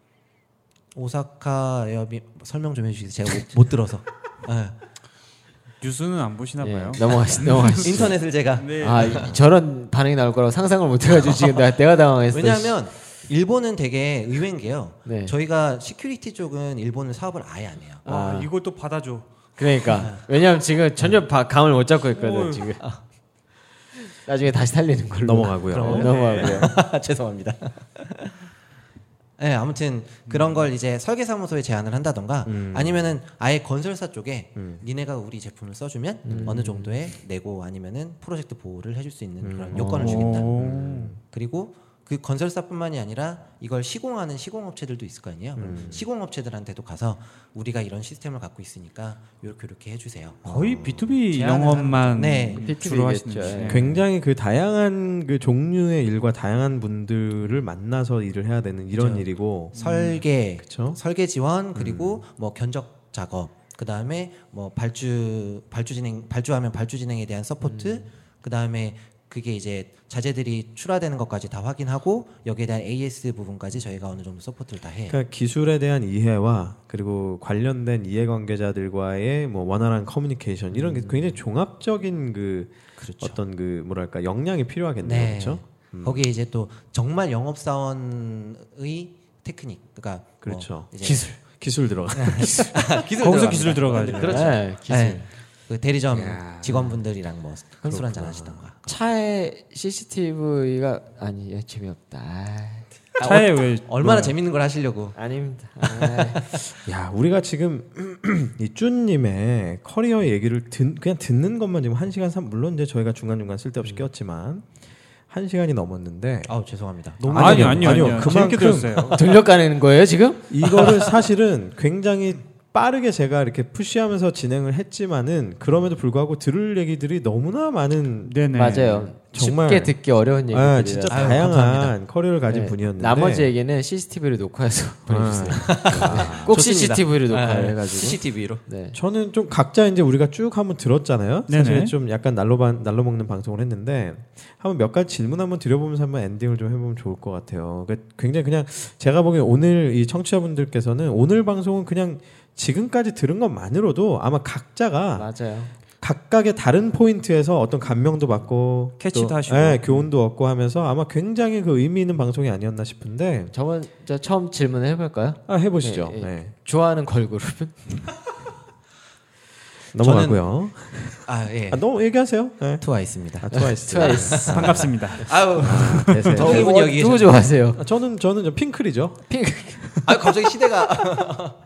S4: 오사카 에어비 설명 좀 해주시겠어요? 제가 못, 못 들어서 예.
S2: 뉴스는 안 보시나
S3: 예,
S2: 봐요.
S3: 넘어가시 넘어가시죠.
S4: 인터넷을 제가
S2: 네.
S3: 아 이- 저런 반응이 나올 거라고 상상을 못해가지고 지금 내가, 내가 당황했어.
S4: 왜냐하면 일본은 되게 의외인 게요.
S3: 네.
S4: 저희가 시큐리티 쪽은 일본은 사업을 아예 안 해요.
S2: 와 이걸 또 받아줘.
S3: 그러니까 왜냐면 지금 전혀 바- 감을 못 잡고 있거든
S2: 어휴.
S3: 지금. 나중에 다시 살리는 걸로
S1: 넘어가고요.
S3: 네, 넘어가고요.
S4: 죄송합니다. 네, 아무튼 그런 걸 이제 설계 사무소에 제안을 한다던가
S1: 음.
S4: 아니면은 아예 건설사 쪽에 니네가 우리 제품을 써주면
S1: 음.
S4: 어느 정도의 내고 아니면은 프로젝트 보호를 해줄 수 있는
S1: 음.
S4: 그런 요건을 아,
S1: 어.
S4: 주겠다. 음. 그리고 그 건설사뿐만이 아니라 이걸 시공하는 시공업체들도 있을 거 아니에요.
S1: 음.
S4: 시공업체들한테도 가서 우리가 이런 시스템을 갖고 있으니까 요렇게 요렇게 해주세요.
S1: 음.
S2: 거의 B2B
S4: 제안을
S2: 영업만
S4: 하는- 네.
S2: 주로 하시는
S3: B2B 겠죠,
S2: 분이시네요.
S3: 예.
S1: 굉장히 그 다양한 그 종류의 일과 다양한 분들을 만나서 일을 해야 되는 이런
S4: 그죠.
S1: 일이고 그렇죠?
S4: 설계,
S1: 그쵸.
S4: 설계 지원 그리고 뭐 견적 작업, 그 다음에 뭐 발주 발주 진행 발주하면 발주 진행에 대한 서포트, 그 다음에 그게 이제 자재들이 출하되는 것까지 다 확인하고 여기에 대한 AS 부분까지 저희가 어느 정도 서포트를 다 해.
S1: 그러니까 기술에 대한 이해와 그리고 관련된 이해관계자들과의 뭐 원활한 커뮤니케이션 이런 게 굉장히 종합적인 그
S4: 그렇죠.
S1: 어떤 그 뭐랄까 역량이 필요하겠네요,
S4: 네.
S1: 그렇죠?
S4: 거기에 이제 또 정말 영업 사원의 테크닉, 그러니까 뭐
S1: 그렇죠.
S4: 이제
S1: 기술 기술 들어가.
S4: 기술
S2: 거기서
S4: 들어갑니다.
S2: 기술 들어가야죠.
S4: 그렇죠.
S3: 예, 기술.
S4: 네. 그 대리점 직원분들이랑 뭐 흑술 한잔 하시던가.
S3: 차에 CCTV가 아니 예, 재미없다. 아,
S2: 네. 차에 왜
S4: 얼마나 재밌는 걸 하시려고.
S3: 아닙니다. 아,
S1: 야, 우리가 지금 이준님의 커리어 얘기를 듣, 그냥 듣는 것만 지금 한 시간 삼 물론 이제 저희가 중간 중간 쓸데없이 꼈지만 한 시간이 넘었는데
S4: 아우 죄송합니다.
S1: 너무
S2: 뭐 아니요
S1: 아니요,
S2: 아니요
S1: 아니요.
S2: 아니요.
S1: 그만큼-
S2: 재밌게 들었어요.
S3: 돌려 까내는 거예요 지금?
S1: 이거를 사실은 굉장히 빠르게 제가 이렇게 푸시하면서 진행을 했지만은 그럼에도 불구하고 들을 얘기들이 너무나 많은
S2: 네네.
S3: 맞아요.
S1: 정말.
S3: 쉽게 듣기 어려운 얘기들.
S1: 아, 진짜
S4: 아유,
S1: 다양한
S4: 감사합니다.
S1: 커리어를 가진 분이었는데
S3: 네. 나머지 얘기는 CCTV를 녹화해서 보내주세요.
S1: 아,
S3: 꼭
S4: 좋습니다.
S3: CCTV를 녹화를
S4: 아,
S3: 해가지고.
S4: CCTV로.
S3: 네.
S1: 저는 좀 각자 이제 우리가 쭉 한번 들었잖아요. 사실
S2: 네네.
S1: 좀 약간 날로 반 날로 먹는 방송을 했는데 한번 몇 가지 질문 한번 드려보면서 한번 엔딩을 좀 해보면 좋을 것 같아요. 그 굉장히 그냥 제가 보기엔 오늘 이 청취자분들께서는 오늘 방송은 그냥 지금까지 들은 것만으로도 아마 각자가
S3: 맞아요.
S1: 각각의 다른 포인트에서 어떤 감명도 받고
S2: 캐치도
S1: 또,
S2: 하시고.
S1: 예, 교훈도 얻고 하면서 아마 굉장히 그 의미 있는 방송이 아니었나 싶은데
S3: 저번 저 처음 질문을 해볼까요?
S1: 아, 해보시죠.
S3: 예, 예.
S1: 네.
S3: 좋아하는 걸그룹은?
S1: 넘어가고요.
S4: 아 예.
S1: 아, 너무 얘기하세요. 네.
S4: 트와이스입니다.
S1: 아, 트와이스.
S3: 트와이스.
S2: 반갑습니다.
S4: 아우
S3: 그래서
S4: 더운
S3: 네.
S4: 분이 여기
S3: 누구
S4: 계셨네.
S3: 좋아하세요?
S1: 아, 저는 저는 좀 핑클이죠.
S3: 핑크.
S4: 아 갑자기 시대가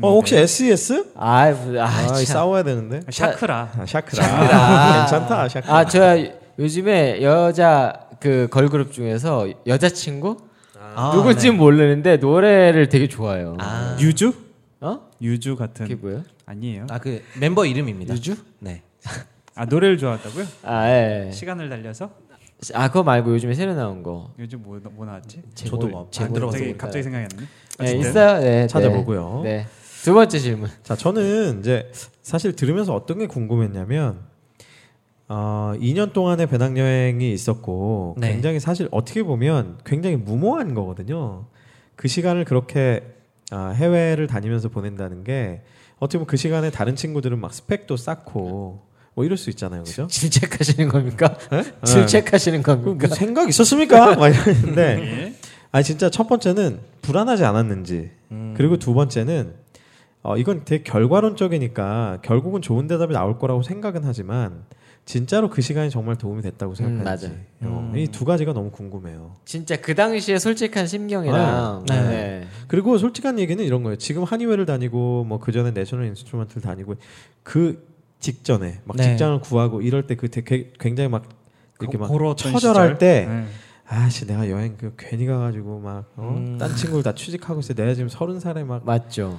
S1: 어, 혹시 SES?
S3: 아, 뭐, 아,
S1: 아,
S3: 참.
S1: 싸워야 되는데.
S2: 샤크라.
S1: 아, 샤크라.
S4: 샤크라.
S1: 괜찮다. 샤크라.
S3: 아, 저 요즘에 여자 그 걸그룹 중에서 여자친구
S4: 아,
S3: 누군지
S4: 네.
S3: 모르는데 노래를 되게 좋아해요.
S4: 아,
S2: 유주?
S3: 어?
S2: 유주
S3: 그게
S2: 같은
S3: 뭐예요?
S2: 아니에요.
S4: 아, 그 멤버 이름입니다. 유주? 네.
S2: 아 노래를 좋아한다고요?
S3: 아, 예.
S2: 시간을 달려서
S3: 아, 그거 말고 요즘에 새로 나온 거.
S2: 요즘 뭐, 뭐 나왔지? 아,
S4: 저도 뭐안
S3: 제목을
S4: 들어봤어요.
S2: 갑자기
S3: 모르겠다.
S2: 갑자기 생각이 안 나네.
S3: 네,
S2: 어쨌든.
S3: 있어요. 네,
S1: 찾아보고요.
S3: 네. 네. 두 번째 질문.
S1: 자, 저는 이제 사실 들으면서 어떤 게 궁금했냐면 어, 2년 동안의 배낭여행이 있었고
S4: 네.
S1: 굉장히 사실 어떻게 보면 굉장히 무모한 거거든요. 그 시간을 그렇게 아, 해외를 다니면서 보낸다는 게 어떻게 보면 그 시간에 다른 친구들은 막 스펙도 쌓고 뭐 이럴 수 있잖아요, 그죠?
S3: 질책하시는 겁니까?
S1: 네?
S3: 질책하시는
S1: 그
S3: 겁니까?
S1: 무슨 생각 있었습니까? 막 이러는데
S2: 예.
S1: 아니 진짜 첫 번째는 불안하지 않았는지 그리고 두 번째는 어, 이건 되게 결과론적이니까 결국은 좋은 대답이 나올 거라고 생각은 하지만 진짜로 그 시간이 정말 도움이 됐다고 생각하는지 어,
S3: 맞아요.
S1: 이 두 가지가 너무 궁금해요.
S3: 진짜 그 당시에 솔직한 심경이랑
S4: 네.
S3: 네.
S1: 그리고 솔직한 얘기는 이런 거예요. 지금 한의회를 다니고 뭐 그 전에 내셔널 인스트루먼트를 다니고 그 직전에 막
S4: 네.
S1: 직장을 구하고 이럴 때 그 굉장히 막 이렇게 막
S2: 고로웠던
S1: 처절할
S2: 시절.
S1: 때
S2: 네.
S1: 아씨 내가 여행 그 괜히 가가지고 막딴
S4: 음.
S1: 친구를 다 취직하고 있어 내가 지금 서른 살에 막
S3: 맞죠.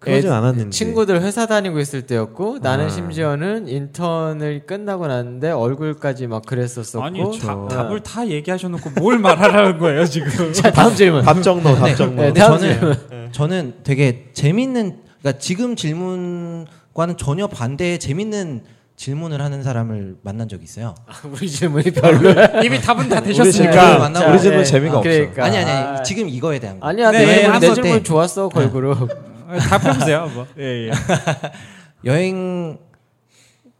S1: 그러진
S3: 애-
S1: 않았는지
S3: 친구들 회사 다니고 있을 때였고 나는
S1: 아.
S3: 심지어는 인턴을 끝나고 났는데 얼굴까지 막 그랬었었고.
S2: 아니
S1: 그렇죠.
S2: 다, 답을 다 얘기하셔놓고 뭘 말하라는 거예요 지금?
S3: 자 다음 질문.
S1: 답정너 답정너
S3: 네,
S4: 근데
S3: 다음
S4: 저는 저는 되게 재밌는 그러니까 지금 질문과는 전혀 반대의 재밌는 질문을 하는 사람을 만난 적이 있어요.
S3: 우리 질문이 별로야. 이미 답은 다
S1: 질문을
S3: 되셨으니까.
S4: 만나-
S3: 자,
S1: 우리 질문은 재미가 없어.
S3: 그러니까.
S4: 아니 아니, 아니 지금 이거에 대한 거.
S3: 아니야
S2: 네,
S3: 내,
S2: 네,
S3: 질문, 내
S2: 한번
S3: 질문
S4: 때.
S3: 좋았어 걸그룹.
S2: 답해보세요. 뭐. 예 예.
S4: 여행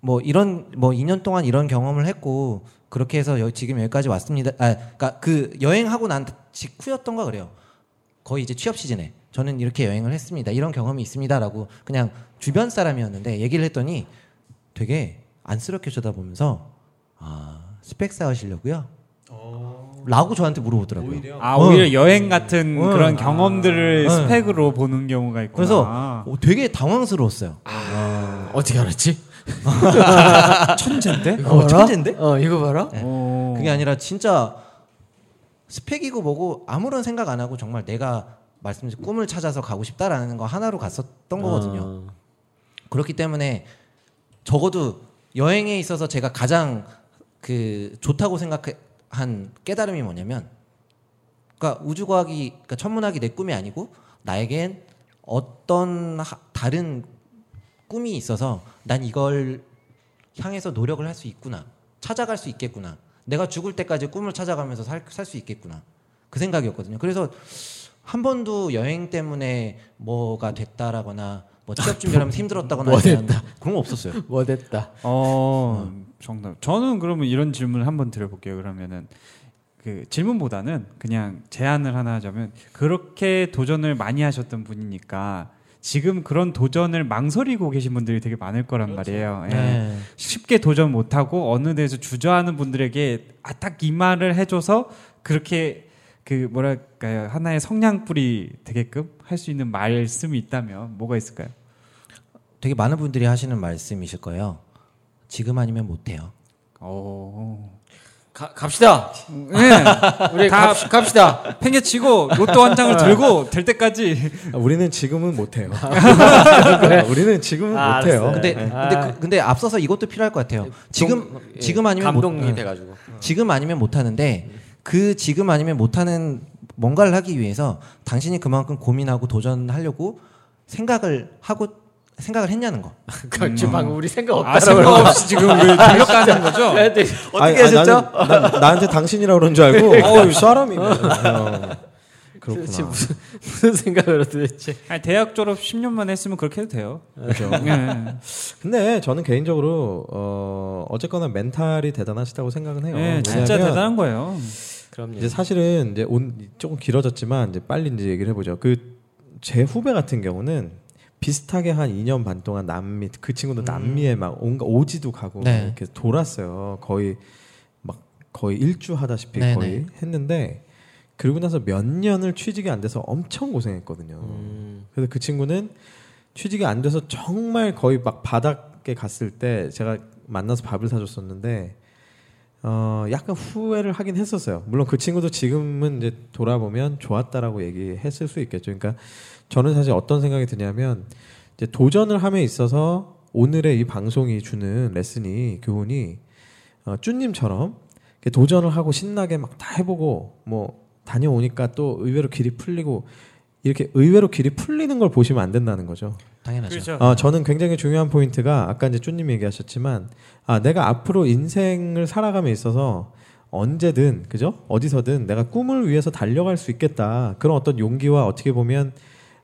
S4: 뭐 이런 뭐 2년 동안 이런 경험을 했고 그렇게 해서 여, 지금 여기까지 왔습니다. 아, 그러니까 그 여행하고 난 직후였던가 그래요. 거의 이제 취업 시즌에 저는 이렇게 여행을 했습니다. 이런 경험이 있습니다라고 그냥 주변 사람이었는데 얘기를 했더니 되게 안쓰럽게 쳐다보면서 아 스펙 쌓으시려고요? 라고 저한테 물어보더라고요.
S2: 아
S4: 어.
S2: 어. 오히려 여행 같은
S4: 어.
S2: 그런 경험들을
S4: 아.
S2: 스펙으로 보는 경우가 있구나.
S4: 그래서 어, 되게 당황스러웠어요.
S3: 어떻게 알았지?
S2: 천재인데?
S4: 어, 천재인데?
S3: 네. 어 이거 봐라.
S2: 오.
S4: 그게 아니라 진짜 스펙이고 뭐고 아무런 생각 안 하고 정말 내가 말씀드린 꿈을 찾아서 가고 싶다라는 거 하나로
S3: 아.
S4: 갔었던 거거든요.
S3: 어.
S4: 그렇기 때문에 적어도 여행에 있어서 제가 가장 그 좋다고 생각한 깨달음이 뭐냐면 그러니까 우주과학이 그러니까 천문학이 내 꿈이 아니고 나에겐 어떤 하- 다른 꿈이 있어서 난 이걸 향해서 노력을 할 수 있구나 찾아갈 수 있겠구나 내가 죽을 때까지 꿈을 찾아가면서 살 수 있겠구나 그 생각이었거든요 그래서 한 번도 여행 때문에 뭐가 됐다라거나 뭐 취업 준비를 하면서 힘들었다거나
S3: 뭐
S4: 아니면 그런 거 없었어요
S3: 아, 뭐 됐다.
S2: 어 정답. 저는 그러면 이런 질문을 한번 드려볼게요. 그러면은 그 질문보다는 그냥 제안을 하나 하자면 그렇게 도전을 많이 하셨던 분이니까 지금 그런 도전을 망설이고 계신 분들이 되게 많을 거란 말이에요. 예.
S4: 네.
S2: 쉽게 도전 못하고 어느 데서 주저하는 분들에게 아딱 이 말을 해줘서 그렇게 그 뭐랄까요 하나의 성냥불이 되게끔 할 수 있는 말씀이 있다면 뭐가 있을까요?
S4: 되게 많은 분들이 하시는 말씀이실 거예요 지금 아니면 못해요
S2: 오.
S3: 가, 갑시다. 어. 우리
S2: 예. 다-
S3: 갑시, 갑시다.
S2: 팽개치고 로또 한 장을 들고 될 때까지
S1: 아, 우리는 지금은 못해요. 아, 우리는 지금은
S3: 아,
S1: 못해요.
S3: 알았어요.
S4: 근데
S3: 네.
S4: 근데
S3: 아. 네.
S4: 그- 근데 앞서서 이것도 필요할 것 같아요. 지금
S3: 동- 예,
S4: 지금 아니면
S3: 감동이
S4: 못, 예.
S3: 돼가지고
S4: 지금 아니면 못 하는데 그 지금 아니면 못 하는 뭔가를 하기 위해서 당신이 그만큼 고민하고 도전하려고 생각을 하고 생각을 했냐는 거.
S3: 그
S1: 음.
S3: 지금 방금 우리 생각
S2: 아,
S3: 없다라고 네,
S2: 생각 없이 지금 우리 들려가는 거죠?
S3: 그랬는데
S1: 아니, 아니, 나는- 나, 나한테 당신이라고 그런 줄 알고 어우 사람이네. 어,
S3: 도대체
S1: 그렇구나.
S3: 무슨 무슨 생각으로 도대체
S2: 아니, 대학 졸업 10년만 했으면 그렇게 해도 돼요. 그렇죠.
S1: 근데 저는 개인적으로 어, 어쨌거나 멘탈이 대단하시다고 생각은 해요.
S2: 예, 네, 진짜
S1: 왜냐하면
S2: 대단한 거예요.
S3: 그럼요
S1: 이제 사실은 이제 온 조금 길어졌지만 이제 빨리 이제 얘기를 해보죠. 그 제 후배 같은 경우는 비슷하게 한 2년 반 동안 남미 그 친구도 남미에 막 온갖 오지도 가고
S5: 네.
S1: 이렇게 돌았어요. 거의 막 거의 일주 하다시피
S5: 네,
S1: 거의 했는데 그러고 나서 몇 년을 취직이 안 돼서 엄청 고생했거든요.
S3: 음,
S1: 그래서 그 친구는 취직이 안 돼서 정말 거의 막 바닥에 갔을 때 제가 만나서 밥을 사줬었는데 어 약간 후회를 하긴 했었어요. 물론 그 친구도 지금은 이제 돌아보면 좋았다라고 얘기했을 수 있겠죠. 그러니까 저는 사실 어떤 생각이 드냐면 이제 도전을 함에 있어서 오늘의 이 방송이 주는 레슨이 교훈이 어, 쭈님처럼 이렇게 도전을 하고 신나게 막 다 해보고 뭐 다녀오니까 또 의외로 길이 풀리고 이렇게 의외로 길이 풀리는 걸 보시면 안 된다는 거죠.
S5: 당연하죠.
S3: 네.
S2: 그렇죠.
S1: 아, 저는 굉장히 중요한 포인트가 아까 이제 쭈님 얘기하셨지만 아, 내가 앞으로 인생을 살아감에 있어서 언제든 그죠? 어디서든 내가 꿈을 위해서 달려갈 수 있겠다. 그런 어떤 용기와 어떻게 보면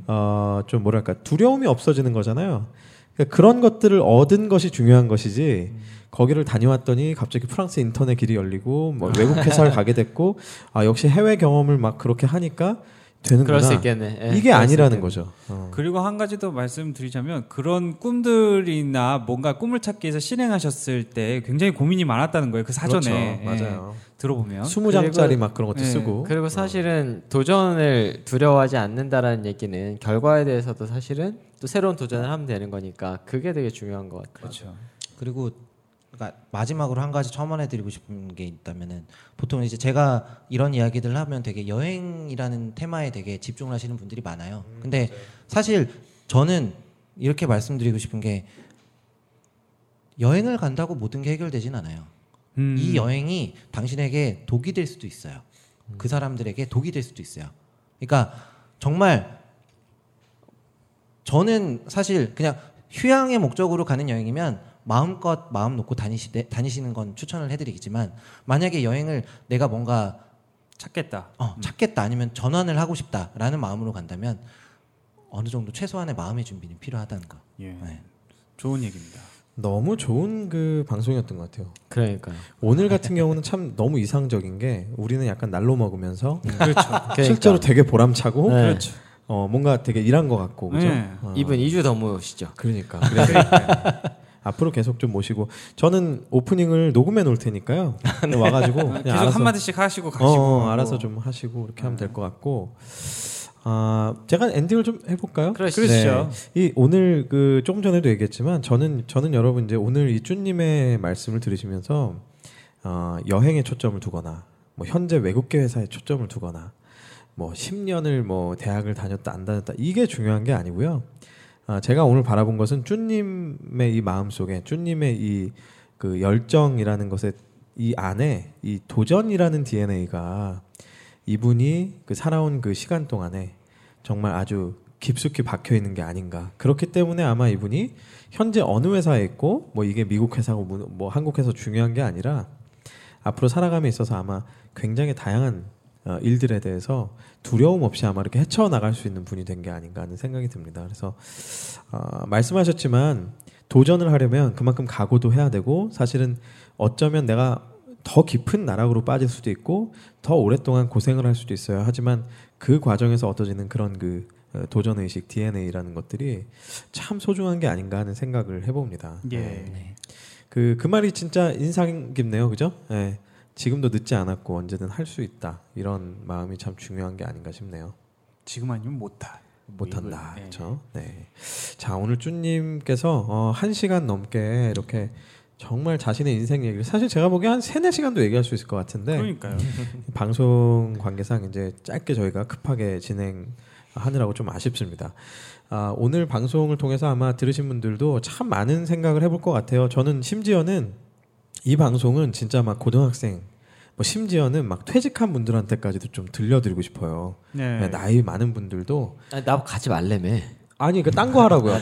S1: 어, 좀 뭐랄까 두려움이 없어지는 거잖아요. 그러니까 그런 것들을 얻은 것이 중요한 것이지 거기를 다녀왔더니 갑자기 프랑스 인터넷 길이 열리고 뭐 외국 회사를 가게 됐고 아 역시 해외 경험을 막 그렇게 하니까 되는구나.
S3: 그럴 수 있겠네. 예,
S1: 이게
S3: 그럴 수
S1: 아니라는
S3: 있겠네.
S1: 거죠. 어.
S2: 그리고 한 가지 더 말씀드리자면 그런 꿈들이나 뭔가 꿈을 찾기 위해서 실행하셨을 때 굉장히 고민이 많았다는 거예요. 그 사전에
S1: 그렇죠.
S2: 예,
S1: 맞아요.
S2: 들어보면
S1: 스무 장짜리 막 그런 것도
S2: 예,
S1: 쓰고
S3: 그리고 사실은 도전을 두려워하지 않는다라는 얘기는 결과에 대해서도 사실은 또 새로운 도전을 하면 되는 거니까 그게 되게 중요한 것 같아요.
S2: 그렇죠.
S4: 그리고 그러니까 마지막으로 한 가지 첨언해드리고 싶은 게 있다면은 보통 이제 제가 이런 이야기들 하면 되게 여행이라는 테마에 되게 집중을 하시는 분들이 많아요. 근데 사실 저는 이렇게 말씀드리고 싶은 게 여행을 간다고 모든 게 해결되진 않아요.
S2: 음.
S4: 이 여행이 당신에게 독이 될 수도 있어요. 그 사람들에게 독이 될 수도 있어요. 그러니까 정말 저는 사실 그냥 휴양의 목적으로 가는 여행이면 마음껏 마음 놓고 다니시되, 다니시는 건 추천을 해드리겠지만 만약에 여행을 내가 뭔가
S2: 찾겠다.
S4: 어, 찾겠다 아니면 전환을 하고 싶다라는 마음으로 간다면 어느 정도 최소한의 마음의 준비는 필요하다는 거.
S2: 예.
S4: 네.
S2: 좋은 얘기입니다.
S1: 너무 좋은 그 방송이었던 것 같아요.
S3: 그러니까.
S1: 오늘 같은 경우는 참 너무 이상적인 게 우리는 약간 날로 먹으면서 아,
S2: 그렇죠.
S3: 그러니까
S1: 실제로 되게 보람차고
S3: 네.
S2: 그렇죠.
S1: 어, 뭔가 되게 일한 것 같고 그죠?
S2: 예.
S1: 어,
S3: 이분 2주 더 모시죠.
S1: 그러니까 그래서 앞으로 계속 좀 모시고 저는 오프닝을 녹음해 놓을 테니까요. 와가지고 그냥
S2: 계속
S1: 네, 알아서
S2: 한 마디씩 하시고
S1: 어,
S2: 가시고
S1: 어, 알아서 좀 하시고 이렇게 하면 될 것 같고 아 제가 엔딩을 좀 해볼까요? 네.
S3: 그러시죠.
S2: 그러시죠.
S1: 이 오늘 그 조금 전에도 얘기했지만 저는 저는 여러분 이제 오늘 이 쭈님의 말씀을 들으시면서 어, 여행에 초점을 두거나 뭐 현재 외국계 회사에 초점을 두거나 뭐 10년을 뭐 대학을 다녔다 안 다녔다 이게 중요한 게 아니고요. 아, 제가 오늘 바라본 것은 쭈님의 이 마음 속에 쭈님의 이 그 열정이라는 것에 이 안에 이 도전이라는 DNA가 이분이 그 살아온 그 시간 동안에 정말 아주 깊숙이 박혀 있는 게 아닌가. 그렇기 때문에 아마 이분이 현재 어느 회사에 있고 뭐 이게 미국 회사고 문- 뭐 한국 회사 중요한 게 아니라 앞으로 살아감에 있어서 아마 굉장히 다양한 어, 일들에 대해서 두려움 없이 아마 이렇게 헤쳐 나갈 수 있는 분이 된 게 아닌가 하는 생각이 듭니다. 그래서 아, 말씀하셨지만 도전을 하려면 그만큼 각오도 해야 되고 사실은 어쩌면 내가 더 깊은 나락으로 빠질 수도 있고 더 오랫동안 고생을 할 수도 있어요. 하지만 그 과정에서 얻어지는 그런 그 어, 도전 의식 DNA라는 것들이 참 소중한 게 아닌가 하는 생각을 해봅니다.
S2: 예.
S1: 네. 그 그 말이 진짜 인상 깊네요, 그죠? 예. 지금도 늦지 않았고 언제든 할 수 있다 이런 마음이 참 중요한 게 아닌가 싶네요.
S2: 지금 아니면 못할.
S1: 못한다,
S2: 네.
S1: 그렇죠? 네. 자 오늘 쭈님께서 어, 한 시간 넘게 이렇게 정말 자신의 인생 얘기를 사실 제가 보기에 한 세네 시간도 얘기할 수 있을 것 같은데
S2: 그러니까요.
S1: 방송 관계상 이제 짧게 저희가 급하게 진행하느라고 좀 아쉽습니다. 아, 오늘 방송을 통해서 아마 들으신 분들도 참 많은 생각을 해볼 것 같아요. 저는 심지어는 이 방송은 진짜 막 고등학생, 뭐 심지어는 막 퇴직한 분들한테까지도 좀 들려드리고 싶어요.
S2: 네.
S1: 나이 많은 분들도
S3: 아니, 나 가지 말래며.
S1: 아니 그 딴 거 하라고요.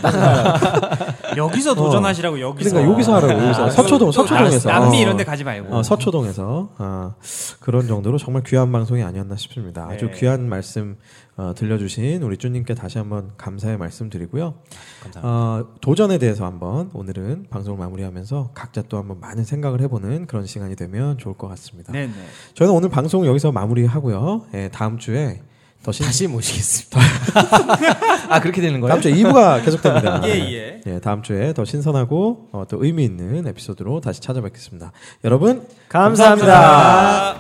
S2: 여기서 도전하시라고 여기서.
S1: 어. 그러니까 여기서 하라고, 여기서. 서초동,
S2: 또
S1: 서초동에서.
S2: 남미
S1: 어.
S2: 이런 데 가지 말고.
S1: 어, 서초동에서 아, 그런 정도로 정말 귀한 방송이 아니었나 싶습니다. 아주
S2: 네.
S1: 귀한 말씀 어, 들려주신 우리 쭈님께 다시 한번 감사의 말씀 드리고요. 어, 도전에 대해서 한번 오늘은 방송을 마무리하면서 각자 또 한번 많은 생각을 해보는 그런 시간이 되면 좋을 것 같습니다.
S2: 네네.
S1: 저희는 오늘 방송 여기서 마무리하고요. 예, 다음 주에 더 신.
S3: 다시 모시겠습니다. 아 그렇게 되는 거예요?
S1: 다음 주에 2부가 계속됩니다.
S2: 예, 예.
S1: 네, 다음 주에 더 신선하고 어, 또 의미 있는 에피소드로 다시 찾아뵙겠습니다. 여러분 감사합니다.
S2: 감사합니다.